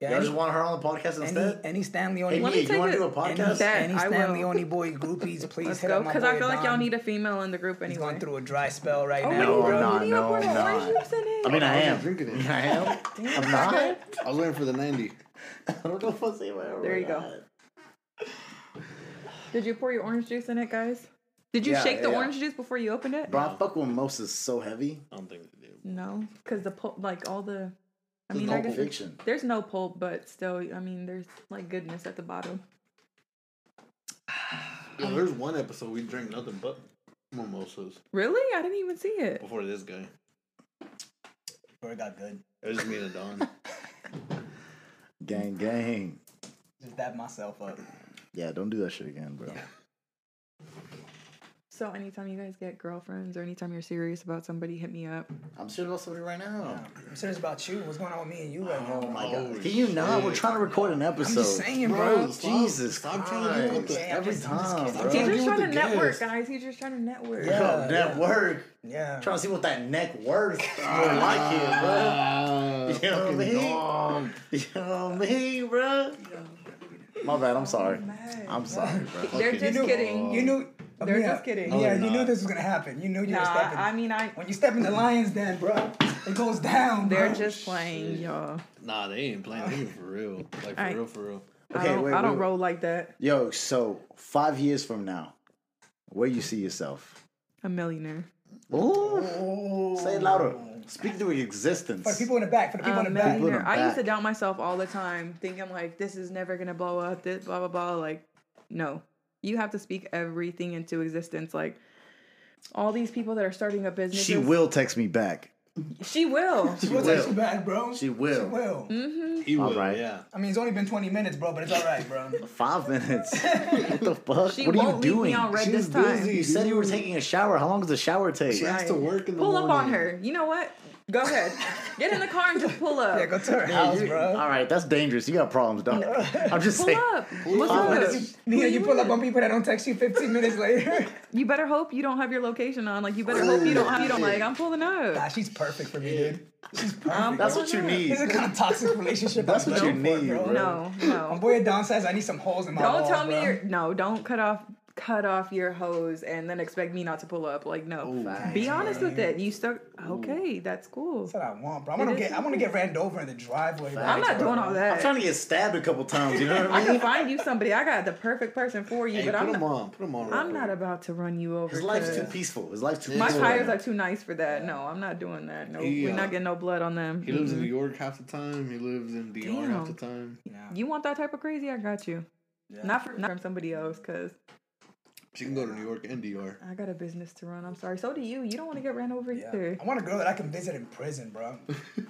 [SPEAKER 5] Yeah,
[SPEAKER 6] Y'all
[SPEAKER 5] any,
[SPEAKER 6] just want her on the podcast
[SPEAKER 5] any,
[SPEAKER 6] instead?
[SPEAKER 5] any Stanley
[SPEAKER 6] Hey,
[SPEAKER 5] Oni
[SPEAKER 7] Let
[SPEAKER 6] Mia,
[SPEAKER 7] me
[SPEAKER 6] you
[SPEAKER 7] take
[SPEAKER 6] want to
[SPEAKER 7] it-
[SPEAKER 6] do a
[SPEAKER 5] any,
[SPEAKER 6] podcast?
[SPEAKER 7] that-
[SPEAKER 5] any
[SPEAKER 7] I will.
[SPEAKER 5] Stanley Oni boy groupies, please
[SPEAKER 7] Let's
[SPEAKER 5] hit
[SPEAKER 7] go
[SPEAKER 5] up my
[SPEAKER 7] because I
[SPEAKER 5] boy
[SPEAKER 7] feel like y'all
[SPEAKER 5] Don.
[SPEAKER 7] need a female in the group
[SPEAKER 5] He's
[SPEAKER 7] anyway.
[SPEAKER 5] going through a dry spell right
[SPEAKER 7] Oh,
[SPEAKER 5] now.
[SPEAKER 6] No,
[SPEAKER 7] no,
[SPEAKER 6] no,
[SPEAKER 7] no,
[SPEAKER 6] no,
[SPEAKER 7] no, no,
[SPEAKER 6] no. I mean, I am.
[SPEAKER 4] drinking it.
[SPEAKER 6] I am. I'm not.
[SPEAKER 4] I was waiting for the ninety.
[SPEAKER 6] I don't know if I say my
[SPEAKER 7] There you go. Did you pour your orange juice in it, guys? Did you
[SPEAKER 6] Yeah,
[SPEAKER 7] shake the
[SPEAKER 6] yeah.
[SPEAKER 7] orange juice before you opened it?
[SPEAKER 6] Bro, I fuck with mimosas so heavy.
[SPEAKER 4] I don't think they do.
[SPEAKER 7] No, because the pulp, like all the, I
[SPEAKER 4] There's
[SPEAKER 7] mean,
[SPEAKER 4] no
[SPEAKER 7] I guess it's-
[SPEAKER 6] Fiction.
[SPEAKER 7] there's no pulp, but still, I mean, there's like goodness at the bottom.
[SPEAKER 4] Yo, there's one episode we drank nothing but mimosas
[SPEAKER 7] Really, I didn't even see it.
[SPEAKER 4] before this guy.
[SPEAKER 5] Before it got good.
[SPEAKER 4] It was me and Don.
[SPEAKER 6] Gang, gang.
[SPEAKER 5] Just dab myself up.
[SPEAKER 6] Yeah, don't do that shit again, bro.
[SPEAKER 7] So anytime you guys get girlfriends or anytime you're serious about somebody, hit me up.
[SPEAKER 6] I'm serious about somebody right now.
[SPEAKER 5] I'm serious about you. What's going on with me and you right
[SPEAKER 6] Oh
[SPEAKER 5] now?
[SPEAKER 6] my
[SPEAKER 4] Holy
[SPEAKER 6] god! Can you not? We're
[SPEAKER 4] shit.
[SPEAKER 6] trying to record an episode.
[SPEAKER 5] I'm just saying, bro.
[SPEAKER 4] Bro, stop,
[SPEAKER 6] Jesus
[SPEAKER 4] stop trying to do what
[SPEAKER 6] Christ.
[SPEAKER 4] the
[SPEAKER 5] Yeah, I'm
[SPEAKER 6] Every
[SPEAKER 5] just- I'm just
[SPEAKER 6] time,
[SPEAKER 5] kidding.
[SPEAKER 6] bro. Oh,
[SPEAKER 7] He's
[SPEAKER 4] Give
[SPEAKER 7] just
[SPEAKER 4] it
[SPEAKER 7] trying
[SPEAKER 4] the
[SPEAKER 7] to network,
[SPEAKER 4] guest.
[SPEAKER 7] guys. He's just trying to network.
[SPEAKER 5] Yeah.
[SPEAKER 6] Yo, network.
[SPEAKER 5] Yeah.
[SPEAKER 6] Trying to see what that neck worth. More like it, bro.
[SPEAKER 4] Ah,
[SPEAKER 6] You know what I
[SPEAKER 4] fucking
[SPEAKER 6] mean?
[SPEAKER 4] dog.
[SPEAKER 6] You know what I mean, bro? My bad. I'm sorry.
[SPEAKER 7] Mad.
[SPEAKER 6] I'm sorry, bro.
[SPEAKER 7] They're
[SPEAKER 4] Fucking
[SPEAKER 7] just
[SPEAKER 4] dog.
[SPEAKER 7] kidding.
[SPEAKER 5] You knew.
[SPEAKER 7] Oh. They're
[SPEAKER 5] yeah.
[SPEAKER 7] just kidding.
[SPEAKER 5] Yeah,
[SPEAKER 4] they're
[SPEAKER 5] you knew
[SPEAKER 4] not.
[SPEAKER 5] this was gonna happen. You knew you
[SPEAKER 7] Nah,
[SPEAKER 5] were stepping.
[SPEAKER 7] I mean, I.
[SPEAKER 5] when you step in the lion's den, bro, it goes down. Bro.
[SPEAKER 7] They're just playing, y'all.
[SPEAKER 4] Nah, they ain't playing they ain't for real. Like for
[SPEAKER 7] Alright.
[SPEAKER 4] real, for real.
[SPEAKER 7] I
[SPEAKER 6] Okay,
[SPEAKER 7] don't,
[SPEAKER 6] wait,
[SPEAKER 7] I don't
[SPEAKER 6] wait.
[SPEAKER 7] roll like that.
[SPEAKER 6] Yo, so five years from now, where you see yourself?
[SPEAKER 7] A millionaire.
[SPEAKER 6] Ooh.
[SPEAKER 5] Oh.
[SPEAKER 6] Say it louder. Speak to existence.
[SPEAKER 5] For the people in the back, for the people
[SPEAKER 7] A
[SPEAKER 5] in the back.
[SPEAKER 6] people in
[SPEAKER 7] millionaire.
[SPEAKER 6] the
[SPEAKER 7] Um, I used to
[SPEAKER 6] back.
[SPEAKER 7] doubt myself all the time, thinking like, this is never gonna blow up. This blah blah blah. Like, no, you have to speak everything into existence. Like, all these people that are starting a business.
[SPEAKER 6] she will text me back.
[SPEAKER 7] She will.
[SPEAKER 5] She will take you back, bro.
[SPEAKER 6] She will.
[SPEAKER 5] She will.
[SPEAKER 7] Hmm?
[SPEAKER 4] He will,
[SPEAKER 6] Alright.
[SPEAKER 4] yeah.
[SPEAKER 5] I mean, it's only been 20 minutes, bro, but it's all right, bro.
[SPEAKER 6] Five minutes. what the fuck?
[SPEAKER 7] She
[SPEAKER 6] what are you
[SPEAKER 7] won't leave me
[SPEAKER 6] doing?
[SPEAKER 7] on red
[SPEAKER 6] She's
[SPEAKER 7] this time.
[SPEAKER 6] busy. You said you were taking a shower. How long does a shower take?
[SPEAKER 4] She has to work in the
[SPEAKER 7] Pull up
[SPEAKER 4] morning.
[SPEAKER 7] on her. You know what? Go ahead. Get in the car and just pull up.
[SPEAKER 5] Yeah, go to her house, bro.
[SPEAKER 6] All right, that's dangerous. You got problems, dog. I'm just
[SPEAKER 7] pull
[SPEAKER 6] saying.
[SPEAKER 7] up. What's
[SPEAKER 6] up.
[SPEAKER 7] up?
[SPEAKER 6] What's
[SPEAKER 5] Yeah, you pull up on people that don't text you 15 minutes later.
[SPEAKER 7] You better hope you don't have your location on. Like you better hope you don't have you don't like I'm pulling
[SPEAKER 5] Nah,
[SPEAKER 7] up.
[SPEAKER 5] she's perfect for me, dude. She's perfect.
[SPEAKER 7] I'm
[SPEAKER 6] That's what you
[SPEAKER 7] pulling up.
[SPEAKER 6] need.
[SPEAKER 5] It's a kind of toxic relationship.
[SPEAKER 6] That's
[SPEAKER 5] I'm
[SPEAKER 6] what you
[SPEAKER 5] built for,
[SPEAKER 6] need, bro.
[SPEAKER 7] No,
[SPEAKER 5] My
[SPEAKER 7] no.
[SPEAKER 5] boy Don says I need some holes in my
[SPEAKER 7] Don't
[SPEAKER 5] walls,
[SPEAKER 7] tell me
[SPEAKER 4] Oh,
[SPEAKER 5] bro.
[SPEAKER 7] your no, don't cut off cut off your hose and then expect me not to pull up. Like no. Be honest with it. You stuck okay, that's cool.
[SPEAKER 5] That's what I want, bro. I want to
[SPEAKER 7] It is-
[SPEAKER 5] get I want to get ran over in the driveway. bro.
[SPEAKER 7] I'm not doing all
[SPEAKER 6] I'm
[SPEAKER 7] that.
[SPEAKER 6] trying to get stabbed a couple times. You know what
[SPEAKER 7] I
[SPEAKER 6] I mean?
[SPEAKER 7] can find you somebody. I got the perfect person for you,
[SPEAKER 4] Hey,
[SPEAKER 7] but
[SPEAKER 4] put
[SPEAKER 7] I'm
[SPEAKER 4] him
[SPEAKER 7] not,
[SPEAKER 4] on. Put him on. real
[SPEAKER 7] I'm
[SPEAKER 4] quick.
[SPEAKER 7] not about to run you over.
[SPEAKER 6] His life's
[SPEAKER 7] 'cause-
[SPEAKER 6] too peaceful. His life's too
[SPEAKER 7] My
[SPEAKER 6] peaceful.
[SPEAKER 7] tires are too nice for that. No, I'm not doing that. No,
[SPEAKER 4] He,
[SPEAKER 7] we're
[SPEAKER 4] uh,
[SPEAKER 7] not getting no blood on them.
[SPEAKER 4] He lives
[SPEAKER 7] Mm-mm.
[SPEAKER 4] in New York half the time. He lives in DR half the time.
[SPEAKER 7] You want that type of crazy? I got you. Not, for, not from somebody else, cause
[SPEAKER 4] She can go to New York and DR.
[SPEAKER 7] I got a business to run. I'm sorry. So do you. You don't want to get ran over
[SPEAKER 5] Yeah.
[SPEAKER 7] either.
[SPEAKER 5] I want a girl that I can visit in prison, bro.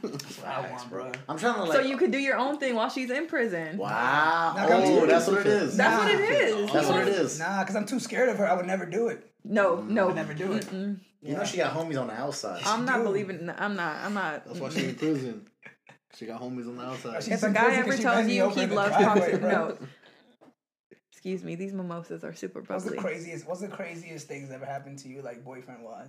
[SPEAKER 5] That's what I want, bro.
[SPEAKER 6] I'm trying to like.
[SPEAKER 7] so you could do your own thing while she's in prison.
[SPEAKER 6] Wow.
[SPEAKER 5] Now come
[SPEAKER 6] Oh,
[SPEAKER 5] to-
[SPEAKER 6] that's what it is.
[SPEAKER 7] That's what it
[SPEAKER 6] That's
[SPEAKER 7] is. You
[SPEAKER 6] what it
[SPEAKER 7] want-
[SPEAKER 6] is.
[SPEAKER 5] Nah, because I'm too scared of her. I would never do it.
[SPEAKER 7] No, no,
[SPEAKER 5] Never do it.
[SPEAKER 6] You know she got homies on the outside.
[SPEAKER 7] I'm not
[SPEAKER 5] Dude.
[SPEAKER 7] believing. no, I'm not. I'm not.
[SPEAKER 4] That's why she's in prison. She got homies on the outside.
[SPEAKER 5] She's
[SPEAKER 7] If a
[SPEAKER 5] in
[SPEAKER 7] guy
[SPEAKER 5] prison 'cause
[SPEAKER 7] ever
[SPEAKER 5] she
[SPEAKER 7] tells
[SPEAKER 5] ran me
[SPEAKER 7] you
[SPEAKER 5] over
[SPEAKER 7] he
[SPEAKER 5] in the
[SPEAKER 7] loves
[SPEAKER 5] driveway,
[SPEAKER 7] toxic,
[SPEAKER 5] bro.
[SPEAKER 7] no. Excuse me. These mimosas are super
[SPEAKER 5] What's the
[SPEAKER 7] bubbly.
[SPEAKER 5] craziest? What's the craziest things that ever happened to you, like boyfriend wise?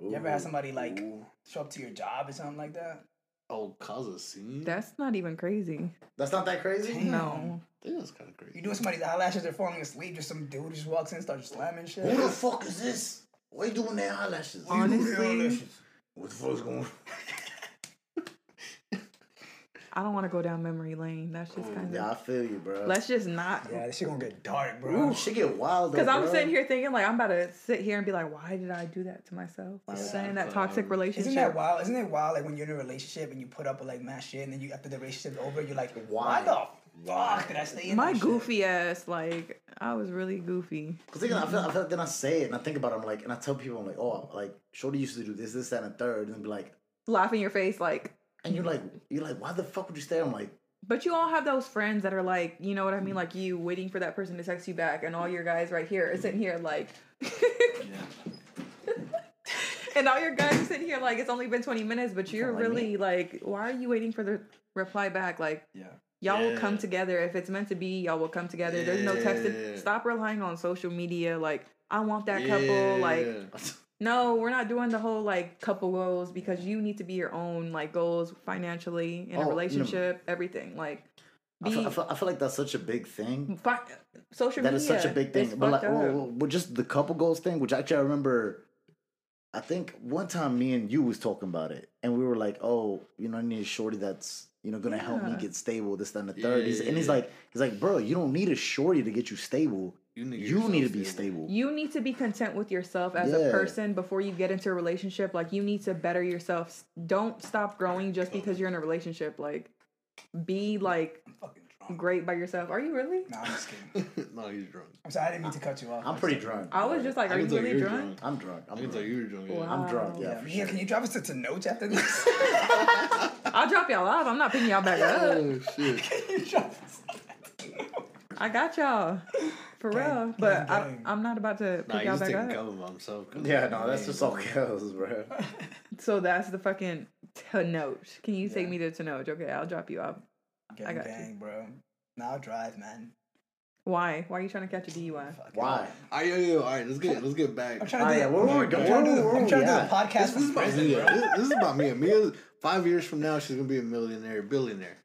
[SPEAKER 5] You ever had somebody like show up to your job or something like that?
[SPEAKER 4] Oh, cause a scene.
[SPEAKER 7] That's not even crazy.
[SPEAKER 6] That's not that
[SPEAKER 5] Mm.
[SPEAKER 6] crazy.
[SPEAKER 7] No.
[SPEAKER 4] That's kind of crazy.
[SPEAKER 5] You doing somebody's eyelashes? They're falling asleep. Just some dude just walks in, starts slamming shit.
[SPEAKER 6] Who the fuck is this? Why you doing their eyelashes?
[SPEAKER 7] Honestly,
[SPEAKER 6] What the fuck's going on?
[SPEAKER 7] I don't want to go down memory lane. That's just kind of.
[SPEAKER 6] Yeah, I feel you, bro.
[SPEAKER 7] Let's just not.
[SPEAKER 5] Mm, Yeah, this shit gonna get dark, bro.
[SPEAKER 6] Ooh, shit get wild.
[SPEAKER 7] Because
[SPEAKER 6] though,
[SPEAKER 7] I'm
[SPEAKER 6] bro.
[SPEAKER 7] sitting here thinking, like, I'm about to sit here and be like, why did I do that to myself? Like, saying that toxic relationship.
[SPEAKER 5] Isn't that wild? Isn't it wild? Like when you're in a relationship and you put up with like mad shit, and then you after the relationship's over, you're like, why,
[SPEAKER 6] Why?
[SPEAKER 5] the fuck did I stay in?
[SPEAKER 7] My
[SPEAKER 5] this shit?"
[SPEAKER 7] goofy ass, like, I was really goofy.
[SPEAKER 6] Cause thinking, I feel, I feel, then I say it and I think about it. I'm like, and I tell people, I'm like, oh, like, Shorty used to do this, this, that, and a third, and be like,
[SPEAKER 7] Laugh in your face, like,
[SPEAKER 6] and you're like, you're like, why the fuck would you stay? I'm like,
[SPEAKER 7] but you all have those friends that are like, you know what
[SPEAKER 4] Mm-hmm.
[SPEAKER 7] I mean? Like, you waiting for that person to text you back, and all your guys right here are
[SPEAKER 4] Mm-hmm.
[SPEAKER 7] sitting here, like, and all your guys are sitting here, like, it's only been 20 minutes, but you're really, like, why are you waiting for the reply back? Like,
[SPEAKER 5] Yeah.
[SPEAKER 7] Y'all will
[SPEAKER 4] Yeah.
[SPEAKER 7] come together if it's meant to be. Y'all will come together. There's no
[SPEAKER 4] Yeah.
[SPEAKER 7] texting. Stop relying on social media. Like I want that
[SPEAKER 4] Yeah.
[SPEAKER 7] couple. Like no, we're not doing the whole like couple goals because you need to be your own like goals financially in
[SPEAKER 6] Oh,
[SPEAKER 7] a
[SPEAKER 6] no.
[SPEAKER 7] relationship, everything. Like
[SPEAKER 6] I
[SPEAKER 7] be
[SPEAKER 6] feel, I, feel, I feel like that's such a big thing.
[SPEAKER 7] fi- social
[SPEAKER 6] That
[SPEAKER 7] media.
[SPEAKER 6] is such a big
[SPEAKER 7] It's
[SPEAKER 6] thing. But like, oh,
[SPEAKER 7] fucked
[SPEAKER 6] well,
[SPEAKER 7] up.
[SPEAKER 6] well, well, just the couple goals thing, which actually I remember, I think one time me and you was talking about it, and we were like, oh, you know, I need a shorty that's you know gonna help me
[SPEAKER 7] Yeah.
[SPEAKER 6] get stable, this, that, and the
[SPEAKER 4] Yeah,
[SPEAKER 6] third.
[SPEAKER 4] yeah,
[SPEAKER 6] He's-
[SPEAKER 4] yeah,
[SPEAKER 6] and he's
[SPEAKER 4] yeah.
[SPEAKER 6] like, he's like, bro, you don't need a shorty to get you stable.
[SPEAKER 4] You need,
[SPEAKER 6] You
[SPEAKER 4] yourself
[SPEAKER 6] need to be stable.
[SPEAKER 7] you need to be content with yourself as
[SPEAKER 6] Yeah.
[SPEAKER 7] a person before you get into a relationship. Like you need to better yourself. S- Don't stop growing just because you're in a relationship. Like be like
[SPEAKER 5] I'm fucking drunk.
[SPEAKER 7] great by yourself. Are you really?
[SPEAKER 5] Nah, I'm just kidding.
[SPEAKER 4] no, he's drunk.
[SPEAKER 5] I'm sorry, I didn't mean to cut you off.
[SPEAKER 6] I'm pretty drunk.
[SPEAKER 7] I was just like,
[SPEAKER 4] I
[SPEAKER 7] are you
[SPEAKER 4] can tell
[SPEAKER 7] really
[SPEAKER 4] you're
[SPEAKER 7] drunk?
[SPEAKER 6] I'm drunk. I'm
[SPEAKER 4] I can
[SPEAKER 6] drunk.
[SPEAKER 4] tell you were drunk. Yeah.
[SPEAKER 7] Wow.
[SPEAKER 6] I'm drunk. Yeah, for
[SPEAKER 5] Yeah,
[SPEAKER 6] sure.
[SPEAKER 5] can you drive us to Tenoch after this?
[SPEAKER 7] I'll drop y'all off. I'm not picking y'all back up.
[SPEAKER 4] Oh shit!
[SPEAKER 5] You drive us-
[SPEAKER 7] I got y'all. For
[SPEAKER 5] Gang,
[SPEAKER 7] real. But I,
[SPEAKER 5] gang.
[SPEAKER 7] I'm not about to pick
[SPEAKER 4] Nah, he's
[SPEAKER 7] y'all
[SPEAKER 4] just
[SPEAKER 7] back
[SPEAKER 4] taking
[SPEAKER 7] up.
[SPEAKER 4] cover by himself. 'cause-
[SPEAKER 6] Yeah, no, that's just all kills, bro.
[SPEAKER 7] So that's the fucking Tenoch. Can you take me to Tenoch? Okay, I'll drop you off.
[SPEAKER 5] Gang,
[SPEAKER 7] I got you.
[SPEAKER 5] gang, bro. Now I'll drive, man.
[SPEAKER 7] Why? Why are you trying to catch a DUI?
[SPEAKER 6] Why?
[SPEAKER 4] All right, yo, yo, all right, let's get let's get back.
[SPEAKER 5] I'm
[SPEAKER 4] This,
[SPEAKER 5] trying to
[SPEAKER 6] Oh,
[SPEAKER 5] do
[SPEAKER 6] yeah,
[SPEAKER 5] the-
[SPEAKER 6] where were we
[SPEAKER 5] I'm
[SPEAKER 6] going?
[SPEAKER 5] trying to do the-
[SPEAKER 6] Where
[SPEAKER 5] I'm trying
[SPEAKER 6] were
[SPEAKER 5] to do
[SPEAKER 6] we
[SPEAKER 5] the
[SPEAKER 6] at?
[SPEAKER 5] podcast
[SPEAKER 4] this is
[SPEAKER 5] from
[SPEAKER 4] about
[SPEAKER 5] prison,
[SPEAKER 4] Mia.
[SPEAKER 5] bro.
[SPEAKER 4] This, this is about Mia. Mia's five years from now, she's gonna be a millionaire, billionaire.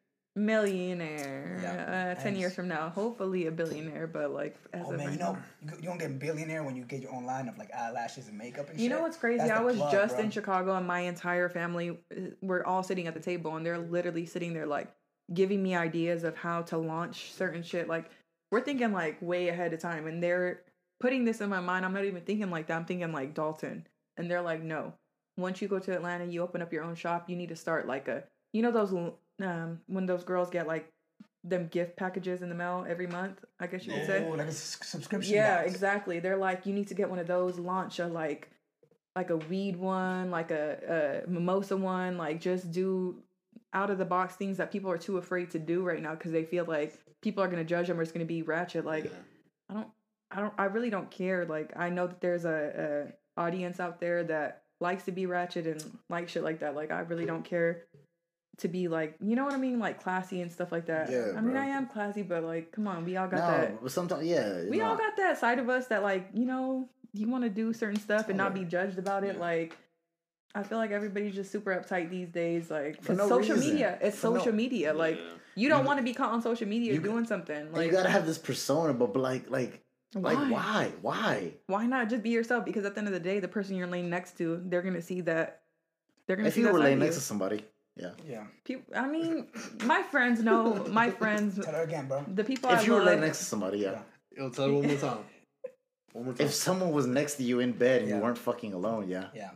[SPEAKER 7] Millionaire.
[SPEAKER 5] Yeah,
[SPEAKER 7] uh, Ten
[SPEAKER 5] nice.
[SPEAKER 7] years from now, hopefully a billionaire, but like as
[SPEAKER 5] Oh
[SPEAKER 7] of
[SPEAKER 5] man,
[SPEAKER 7] right
[SPEAKER 5] you know
[SPEAKER 7] now.
[SPEAKER 5] you, you don't get billionaire when you get your own line of like eyelashes and makeup and shit.
[SPEAKER 7] You know what's crazy?
[SPEAKER 5] That's
[SPEAKER 7] I
[SPEAKER 5] the
[SPEAKER 7] was
[SPEAKER 5] plug,
[SPEAKER 7] just
[SPEAKER 5] bro.
[SPEAKER 7] in Chicago and my entire family uh, were all sitting at the table and they're literally sitting there like giving me ideas of how to launch certain shit. Like we're thinking like way ahead of time and they're putting this in my mind. I'm not even thinking like that. I'm thinking like Dalton. And they're like, no. Once you go to Atlanta, you open up your own shop, you need to start like a you know those l- um when those girls get like them gift packages in the mail every month, I guess you could say.
[SPEAKER 5] Oh, like a s- subscription.
[SPEAKER 7] Yeah,
[SPEAKER 5] box.
[SPEAKER 7] exactly. They're like, you need to get one of those. Launch a like, like a weed one, like a, a mimosa one. Like, just do out of the box things that people are too afraid to do right now because they feel like people are gonna judge them or it's gonna be ratchet. Like, I don't, I don't, I really don't care. Like, I know that there's a, a audience out there that likes to be ratchet and like shit like that. Like, I really don't care to be like, you know what I mean, like classy and stuff like that.
[SPEAKER 6] Yeah,
[SPEAKER 7] I mean,
[SPEAKER 6] bro.
[SPEAKER 7] I am classy, but like, come on, we all got that.
[SPEAKER 6] No, but sometimes, yeah.
[SPEAKER 7] We
[SPEAKER 6] no.
[SPEAKER 7] all got that side of us that like, you know, you want to do certain stuff and not be judged about it. Like, I feel like everybody's just super uptight these days. Like,
[SPEAKER 6] For
[SPEAKER 7] it's
[SPEAKER 6] no
[SPEAKER 7] social
[SPEAKER 6] reason.
[SPEAKER 7] media. It's
[SPEAKER 6] For no-
[SPEAKER 7] social media. Like, you don't want to be caught on social media
[SPEAKER 6] you-
[SPEAKER 7] doing something.
[SPEAKER 6] And
[SPEAKER 7] Like,
[SPEAKER 6] you gotta have this persona, but, but like, like, like, why? Why?
[SPEAKER 7] Why not just be yourself? Because at the end of the day, the person you're laying next to, they're gonna see that. They're gonna
[SPEAKER 6] If
[SPEAKER 7] see
[SPEAKER 6] you
[SPEAKER 7] that
[SPEAKER 6] were
[SPEAKER 7] side
[SPEAKER 6] laying
[SPEAKER 7] of you.
[SPEAKER 6] next to somebody, yeah.
[SPEAKER 5] Yeah.
[SPEAKER 7] People, I mean, my friends know. My friends,
[SPEAKER 5] Tell her again, bro.
[SPEAKER 7] the people I
[SPEAKER 6] If you were
[SPEAKER 7] love.
[SPEAKER 6] laying next to somebody, yeah.
[SPEAKER 4] Yo, tell her one more time. One more time.
[SPEAKER 6] If someone was next to you in bed and
[SPEAKER 5] Yeah.
[SPEAKER 6] you weren't fucking alone, yeah.
[SPEAKER 5] Yeah.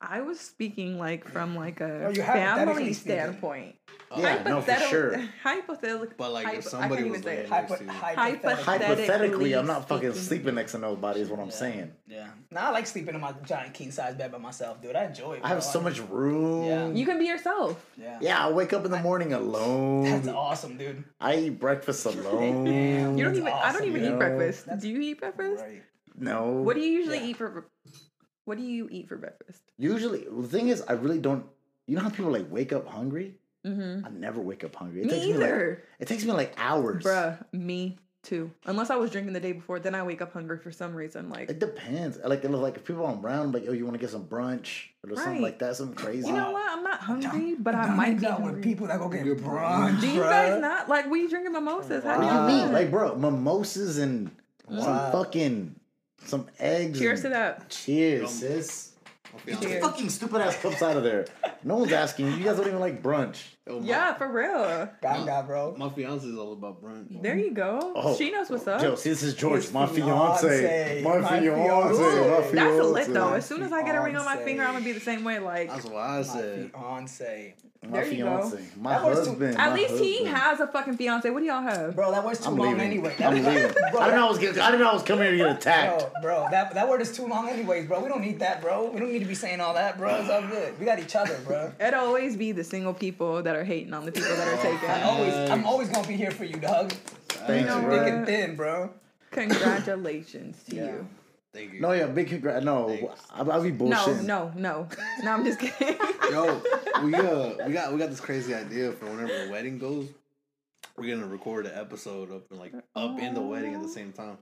[SPEAKER 7] I was speaking like from like a
[SPEAKER 5] Oh, you hypothetically
[SPEAKER 7] family
[SPEAKER 5] speaking.
[SPEAKER 7] standpoint.
[SPEAKER 6] Yeah, no, for
[SPEAKER 7] Hypothetical-
[SPEAKER 6] sure.
[SPEAKER 7] Hypothetical.
[SPEAKER 4] But like,
[SPEAKER 7] hypo-
[SPEAKER 4] if somebody
[SPEAKER 7] I can't
[SPEAKER 4] was
[SPEAKER 7] even say
[SPEAKER 4] laying
[SPEAKER 7] it.
[SPEAKER 4] next
[SPEAKER 5] Hypo-
[SPEAKER 4] to you,
[SPEAKER 5] hypothetical.
[SPEAKER 7] Hypothetical.
[SPEAKER 6] Hypothetically, I'm not
[SPEAKER 7] Hypothetically
[SPEAKER 6] fucking sleeping next to nobody, is what I'm saying.
[SPEAKER 5] Yeah. Now I like sleeping in my giant king size bed by myself, dude. I enjoy it.
[SPEAKER 6] I have
[SPEAKER 5] bro.
[SPEAKER 6] so much room.
[SPEAKER 7] You can be yourself.
[SPEAKER 5] Yeah.
[SPEAKER 6] Yeah, I wake up in the morning alone.
[SPEAKER 5] That's awesome, dude.
[SPEAKER 6] I eat breakfast alone.
[SPEAKER 7] You don't even. I don't
[SPEAKER 5] awesome,
[SPEAKER 7] even
[SPEAKER 6] you
[SPEAKER 7] eat
[SPEAKER 6] know?
[SPEAKER 7] breakfast.
[SPEAKER 5] That's
[SPEAKER 7] do you eat breakfast?
[SPEAKER 5] Right.
[SPEAKER 6] No.
[SPEAKER 7] What do you usually
[SPEAKER 5] Yeah.
[SPEAKER 7] eat for? What do you eat for breakfast?
[SPEAKER 6] Usually, the thing is, I really don't. You know how people like wake up hungry?
[SPEAKER 7] Mm-hmm.
[SPEAKER 6] I never wake up hungry. It
[SPEAKER 7] Me
[SPEAKER 6] takes Me like,
[SPEAKER 7] either,
[SPEAKER 6] it takes me like hours.
[SPEAKER 7] bruh. Me too. Unless I was drinking the day before, then I wake up hungry for some reason. Like,
[SPEAKER 6] It depends. Like, it look like if people I'm around, like, oh, you want to get some brunch or
[SPEAKER 7] Right.
[SPEAKER 6] something like that, something crazy.
[SPEAKER 7] you know what? I'm not hungry, but I might be
[SPEAKER 5] out
[SPEAKER 7] hungry.
[SPEAKER 5] with people that go get
[SPEAKER 4] Good
[SPEAKER 5] brunch.
[SPEAKER 7] do you
[SPEAKER 5] bruh.
[SPEAKER 7] guys not like we drinking mimosas? How
[SPEAKER 6] What
[SPEAKER 7] do
[SPEAKER 6] do
[SPEAKER 7] you
[SPEAKER 6] you mean?
[SPEAKER 7] not?
[SPEAKER 6] Like, bro, mimosas and
[SPEAKER 5] Wow.
[SPEAKER 6] some fucking some eggs.
[SPEAKER 7] Cheers
[SPEAKER 6] and-
[SPEAKER 7] to that.
[SPEAKER 6] Cheers, sis.
[SPEAKER 4] I'll be
[SPEAKER 6] Get
[SPEAKER 4] honest.
[SPEAKER 6] your
[SPEAKER 7] Cheers.
[SPEAKER 6] fucking stupid ass cups out of there. No one's asking you. You guys don't even like brunch.
[SPEAKER 4] Yo, my-
[SPEAKER 7] Yeah, for real.
[SPEAKER 5] Got that, bro.
[SPEAKER 4] My fiance is all about brunch.
[SPEAKER 7] There you go.
[SPEAKER 6] Oh,
[SPEAKER 7] she knows what's up.
[SPEAKER 6] Yo, see, this is George,
[SPEAKER 5] His
[SPEAKER 6] my fiance.
[SPEAKER 5] fiance.
[SPEAKER 6] My
[SPEAKER 5] My
[SPEAKER 6] fiance. My
[SPEAKER 5] fiance.
[SPEAKER 6] fiance.
[SPEAKER 7] That's a lit though. As
[SPEAKER 5] Fiance.
[SPEAKER 7] soon as I get a ring on my finger, I'm gonna be the same way. Like,
[SPEAKER 4] That's what I said.
[SPEAKER 5] Fiance.
[SPEAKER 6] My
[SPEAKER 7] There you go.
[SPEAKER 6] fiance. My
[SPEAKER 5] That was too-
[SPEAKER 6] husband.
[SPEAKER 7] At
[SPEAKER 6] my
[SPEAKER 7] least he
[SPEAKER 6] husband.
[SPEAKER 7] has a fucking fiance. What do y'all have?
[SPEAKER 5] Bro, that was too
[SPEAKER 6] I'm
[SPEAKER 5] long
[SPEAKER 6] leaving.
[SPEAKER 5] anyway.
[SPEAKER 6] I'm leaving. I didn't know I was getting, I didn't know I was coming here to get attacked.
[SPEAKER 5] Bro, Oh, bro, that, that word is too long anyways, bro. We don't need that, bro. We don't need to be saying all that, bro. It's all good. We got each other, bro.
[SPEAKER 7] It'd always be the single people that are hating on the people that are
[SPEAKER 5] I
[SPEAKER 7] taking.
[SPEAKER 5] always, I'm always gonna be here for you, dog.
[SPEAKER 6] Thanks,
[SPEAKER 7] know
[SPEAKER 6] bro.
[SPEAKER 7] what?
[SPEAKER 5] Thick and thin, bro.
[SPEAKER 7] Congratulations to
[SPEAKER 5] Yeah.
[SPEAKER 7] you.
[SPEAKER 4] Thank you.
[SPEAKER 6] No, yeah, big congrats. No,
[SPEAKER 4] Thanks.
[SPEAKER 6] I'll, I'll be
[SPEAKER 7] No,
[SPEAKER 6] bullshitting.
[SPEAKER 7] no, no. No, I'm just kidding.
[SPEAKER 4] Yo, we uh, we got we got this crazy idea for whenever the wedding goes. We're gonna record an episode up and like up in the wedding at the same time.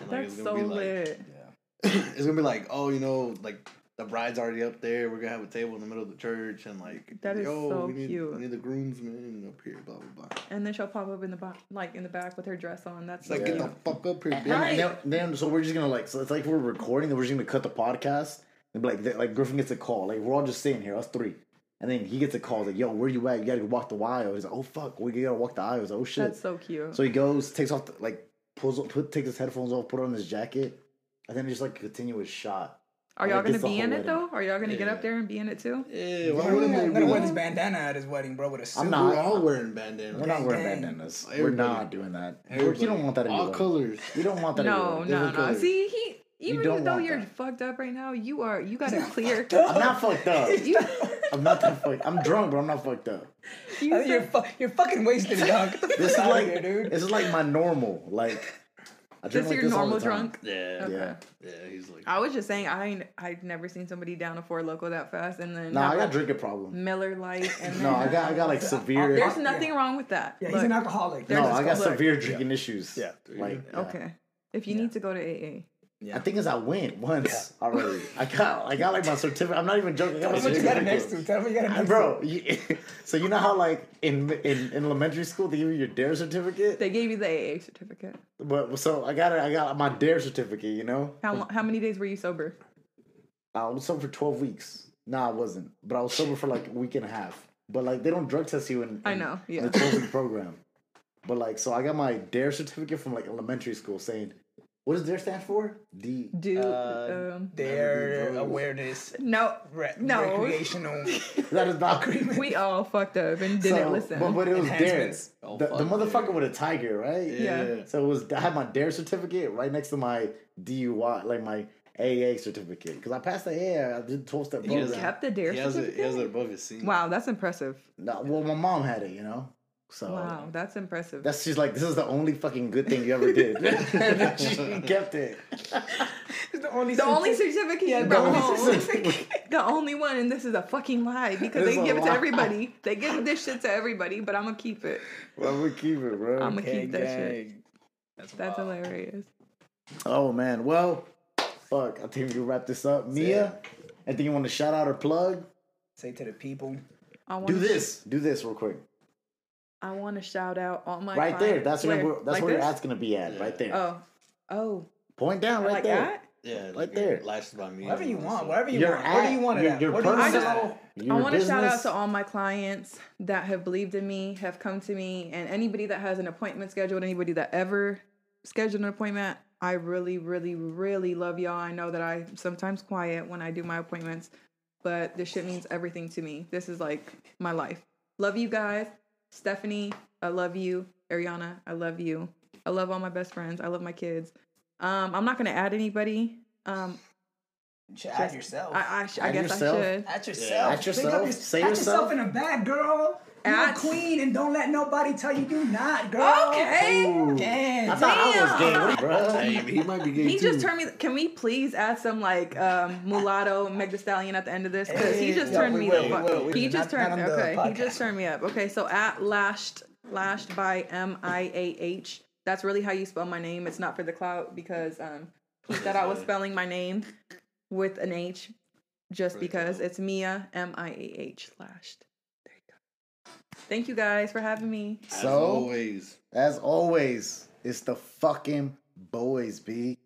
[SPEAKER 4] And like
[SPEAKER 7] That's
[SPEAKER 4] it's
[SPEAKER 7] so
[SPEAKER 4] gonna be like
[SPEAKER 7] lit.
[SPEAKER 4] it's gonna be like, oh, you know, like the bride's already up there, we're gonna have a table in the middle of the church and like
[SPEAKER 7] That is
[SPEAKER 4] yo,
[SPEAKER 7] so
[SPEAKER 4] we need,
[SPEAKER 7] cute.
[SPEAKER 4] We need the groomsmen up here, blah blah blah.
[SPEAKER 7] And then she'll pop up in the bo- like in the back with her dress on. That's
[SPEAKER 4] It's like
[SPEAKER 7] so
[SPEAKER 4] get
[SPEAKER 7] cute.
[SPEAKER 4] the fuck up here, bitch.
[SPEAKER 6] And then, then- so we're just gonna like, so it's like we're recording, then we're just gonna cut the podcast. And be like, that- like Griffin gets a call. Like we're all just sitting here, us three. And then he gets a call. Like, yo, where you at? You gotta go walk the aisle. He's like, oh fuck, we gotta walk the aisle. He's like, oh shit.
[SPEAKER 7] That's so cute.
[SPEAKER 6] So he goes, takes off, the, like, pulls, put, takes his headphones off, put on his jacket, and then just like continue his shot.
[SPEAKER 7] are y'all
[SPEAKER 6] like,
[SPEAKER 7] gonna
[SPEAKER 6] it's the
[SPEAKER 7] be in
[SPEAKER 6] whole
[SPEAKER 7] it though? Are y'all gonna get
[SPEAKER 4] Yeah.
[SPEAKER 7] up there and be in it too?
[SPEAKER 4] Yeah, why
[SPEAKER 5] I'm
[SPEAKER 4] wouldn't
[SPEAKER 5] gonna,
[SPEAKER 4] they
[SPEAKER 5] I'm
[SPEAKER 4] be
[SPEAKER 5] gonna wear
[SPEAKER 4] like-
[SPEAKER 5] this bandana at his wedding, bro, with a suit.
[SPEAKER 6] I'm
[SPEAKER 4] We're all
[SPEAKER 6] not.
[SPEAKER 4] wearing bandanas.
[SPEAKER 6] We're not wearing
[SPEAKER 5] Dang.
[SPEAKER 6] bandanas. We're
[SPEAKER 4] Everybody.
[SPEAKER 6] not doing that. We're- You don't want that
[SPEAKER 4] All
[SPEAKER 6] anyway.
[SPEAKER 4] colors.
[SPEAKER 6] You don't want that
[SPEAKER 7] No,
[SPEAKER 6] anyway.
[SPEAKER 7] no,
[SPEAKER 4] Different
[SPEAKER 7] no.
[SPEAKER 4] colors.
[SPEAKER 7] See, he even
[SPEAKER 6] don't
[SPEAKER 7] though
[SPEAKER 6] want
[SPEAKER 7] you're
[SPEAKER 6] that.
[SPEAKER 7] fucked up right now, you are you got a clear.
[SPEAKER 6] I'm not fucked up.
[SPEAKER 7] You,
[SPEAKER 6] I'm not that fucked. I'm drunk, but I'm not fucked up.
[SPEAKER 7] you
[SPEAKER 5] I think you're,
[SPEAKER 7] said,
[SPEAKER 5] fu- you're fucking wasted, dog.
[SPEAKER 6] This is
[SPEAKER 5] Outta
[SPEAKER 6] like
[SPEAKER 5] here, dude.
[SPEAKER 6] this is like my normal. Like I drink
[SPEAKER 7] Just
[SPEAKER 6] like
[SPEAKER 7] your
[SPEAKER 6] this all
[SPEAKER 7] normal
[SPEAKER 6] the time.
[SPEAKER 7] drunk.
[SPEAKER 4] Yeah,
[SPEAKER 7] Okay.
[SPEAKER 6] Yeah.
[SPEAKER 4] yeah. He's like,
[SPEAKER 7] I was just saying, I ain't, I'd never seen somebody down a four loco that fast, and then
[SPEAKER 6] No, nah,
[SPEAKER 7] have,
[SPEAKER 6] I got
[SPEAKER 7] like,
[SPEAKER 6] a drinking problem.
[SPEAKER 7] Miller Light. And
[SPEAKER 6] No,
[SPEAKER 7] then,
[SPEAKER 6] I got I got like
[SPEAKER 5] There's
[SPEAKER 6] severe.
[SPEAKER 7] There's nothing wrong with that.
[SPEAKER 5] Yeah, he's
[SPEAKER 7] but-
[SPEAKER 5] an alcoholic.
[SPEAKER 6] No,
[SPEAKER 7] there's
[SPEAKER 6] I got
[SPEAKER 7] look.
[SPEAKER 6] severe drinking issues.
[SPEAKER 8] Yeah.
[SPEAKER 6] Like yeah.
[SPEAKER 7] Okay, if you need to go to AA,
[SPEAKER 6] I think is I went once already. I got I got like my certificate. I'm not even joking. I got my
[SPEAKER 5] That's what you got it
[SPEAKER 6] certificate.
[SPEAKER 5] next to. Tell me you got it
[SPEAKER 6] Uh,
[SPEAKER 5] next
[SPEAKER 6] Bro, you, so you know how like in, in in elementary school they give you your dare certificate,
[SPEAKER 7] they gave you the AA certificate.
[SPEAKER 6] but so I got it. I got my dare certificate. You know,
[SPEAKER 7] How long, how many days were you sober?
[SPEAKER 6] I was sober for twelve weeks. Nah, I wasn't, but I was sober for like a week and a half. But like they don't drug test you in,
[SPEAKER 7] I
[SPEAKER 6] in-
[SPEAKER 7] know,
[SPEAKER 6] in
[SPEAKER 7] yeah.
[SPEAKER 6] the twelve week program. But like, so I got my dare E certificate from like elementary school saying, "What does dare E stand for?" D
[SPEAKER 7] Do
[SPEAKER 6] uh,
[SPEAKER 7] um,
[SPEAKER 5] Their awareness,
[SPEAKER 7] no,
[SPEAKER 5] re-
[SPEAKER 7] No.
[SPEAKER 5] recreational.
[SPEAKER 6] that is not
[SPEAKER 7] we all fucked up and didn't
[SPEAKER 6] So,
[SPEAKER 7] listen.
[SPEAKER 6] But, but it was dare.
[SPEAKER 5] Enhancements.
[SPEAKER 4] Oh,
[SPEAKER 6] E. the,
[SPEAKER 4] fuck,
[SPEAKER 6] the motherfucker
[SPEAKER 4] dude.
[SPEAKER 6] with a tiger, right?
[SPEAKER 7] Yeah.
[SPEAKER 6] So it was I had my dare E certificate right next to my DUI, like my AA certificate, because I passed the AA. I did twelve step
[SPEAKER 4] You
[SPEAKER 6] program.
[SPEAKER 4] just
[SPEAKER 7] kept the dare
[SPEAKER 4] He has it. He has it
[SPEAKER 7] certificate.
[SPEAKER 4] above his seat.
[SPEAKER 7] Wow, that's impressive.
[SPEAKER 6] No, well, my mom had it, you know. So
[SPEAKER 7] Wow, that's impressive.
[SPEAKER 6] Oh. that's she's like, this is the only fucking good thing you ever did. And she kept it.
[SPEAKER 5] It's the only.
[SPEAKER 7] the only certificate you brought home.
[SPEAKER 6] certificate.
[SPEAKER 7] The only one, and this is a fucking lie because
[SPEAKER 6] This
[SPEAKER 7] they
[SPEAKER 6] is a
[SPEAKER 7] give it to
[SPEAKER 6] lie.
[SPEAKER 7] everybody. They give this shit to everybody, but I'm gonna keep it.
[SPEAKER 6] Well, I'm gonna keep it, bro.
[SPEAKER 7] I'm gonna keep that shit.
[SPEAKER 4] That's,
[SPEAKER 7] That's
[SPEAKER 4] wild.
[SPEAKER 7] hilarious.
[SPEAKER 6] Oh man, well, fuck. I think we can wrap this up. Mia, anything you want to shout out or plug?
[SPEAKER 5] Say to the people.
[SPEAKER 7] I want
[SPEAKER 6] Do this. Do this real quick.
[SPEAKER 7] I want to shout out all my
[SPEAKER 6] Right there.
[SPEAKER 7] clients-
[SPEAKER 6] That's where,
[SPEAKER 7] Where?
[SPEAKER 6] we're- that's
[SPEAKER 7] Like
[SPEAKER 6] where your
[SPEAKER 7] this?
[SPEAKER 6] ass gonna be at. Right there.
[SPEAKER 7] Oh, oh,
[SPEAKER 6] Point down. Right
[SPEAKER 7] like
[SPEAKER 6] there.
[SPEAKER 7] that.
[SPEAKER 4] Yeah,
[SPEAKER 6] Right there.
[SPEAKER 4] Lashed by me.
[SPEAKER 5] Whatever you want.
[SPEAKER 4] So-
[SPEAKER 5] Whatever you
[SPEAKER 6] Your
[SPEAKER 5] want. Where do you
[SPEAKER 6] ad-
[SPEAKER 5] want it
[SPEAKER 6] your-
[SPEAKER 5] at?
[SPEAKER 6] your
[SPEAKER 5] Where do you
[SPEAKER 6] personal-
[SPEAKER 5] want it at?
[SPEAKER 7] I
[SPEAKER 6] Your
[SPEAKER 7] want to shout out
[SPEAKER 6] business?
[SPEAKER 7] to all my clients that have believed in me, have come to me, and anybody that has an appointment scheduled, anybody that ever scheduled an appointment. I really, really, really love y'all. I know that I'm sometimes quiet when I do my appointments, but this shit means everything to me. This is like my life. Love you guys. Stephanie, I love you. Ariana, I love you. I love all my best friends. I love my kids. Um, I'm not going to add anybody. Um,
[SPEAKER 5] Shit, At yourself.
[SPEAKER 7] I, I, sh- I
[SPEAKER 6] Add
[SPEAKER 7] guess
[SPEAKER 6] yourself.
[SPEAKER 7] I should.
[SPEAKER 5] At yourself.
[SPEAKER 6] At
[SPEAKER 5] Think
[SPEAKER 6] yourself.
[SPEAKER 5] of your-
[SPEAKER 6] Say
[SPEAKER 5] at
[SPEAKER 6] yourself.
[SPEAKER 5] yourself in a bag, girl. You're a
[SPEAKER 7] At-
[SPEAKER 5] queen, and don't let nobody tell you you not, girl.
[SPEAKER 7] Okay.
[SPEAKER 5] Damn.
[SPEAKER 6] I thought I was gay,
[SPEAKER 7] Damn.
[SPEAKER 6] What- bro.
[SPEAKER 4] Hey, he might be gay
[SPEAKER 7] He
[SPEAKER 4] too.
[SPEAKER 7] just turned me. Can we please add some like um, mulatto Meg Thee Stallion at the end of this? Because he
[SPEAKER 5] Hey,
[SPEAKER 7] just
[SPEAKER 5] no,
[SPEAKER 7] turned
[SPEAKER 5] we
[SPEAKER 7] me
[SPEAKER 5] will,
[SPEAKER 7] the
[SPEAKER 5] we
[SPEAKER 7] fuck.
[SPEAKER 5] will, we
[SPEAKER 7] he
[SPEAKER 5] will.
[SPEAKER 7] just
[SPEAKER 5] Not- not
[SPEAKER 7] turned.
[SPEAKER 5] on the
[SPEAKER 7] Okay, he
[SPEAKER 5] podcast.
[SPEAKER 7] just turned me up. Okay, so at lashed lashed by M I A H. That's really how you spell my name. It's not for the clout because um, he thought I was spelling my name with an H, just because it's Mia M I A H lashed. There you go. Thank you guys for having me.
[SPEAKER 4] As
[SPEAKER 6] So,
[SPEAKER 4] always.
[SPEAKER 6] as always, it's the fucking boys, B.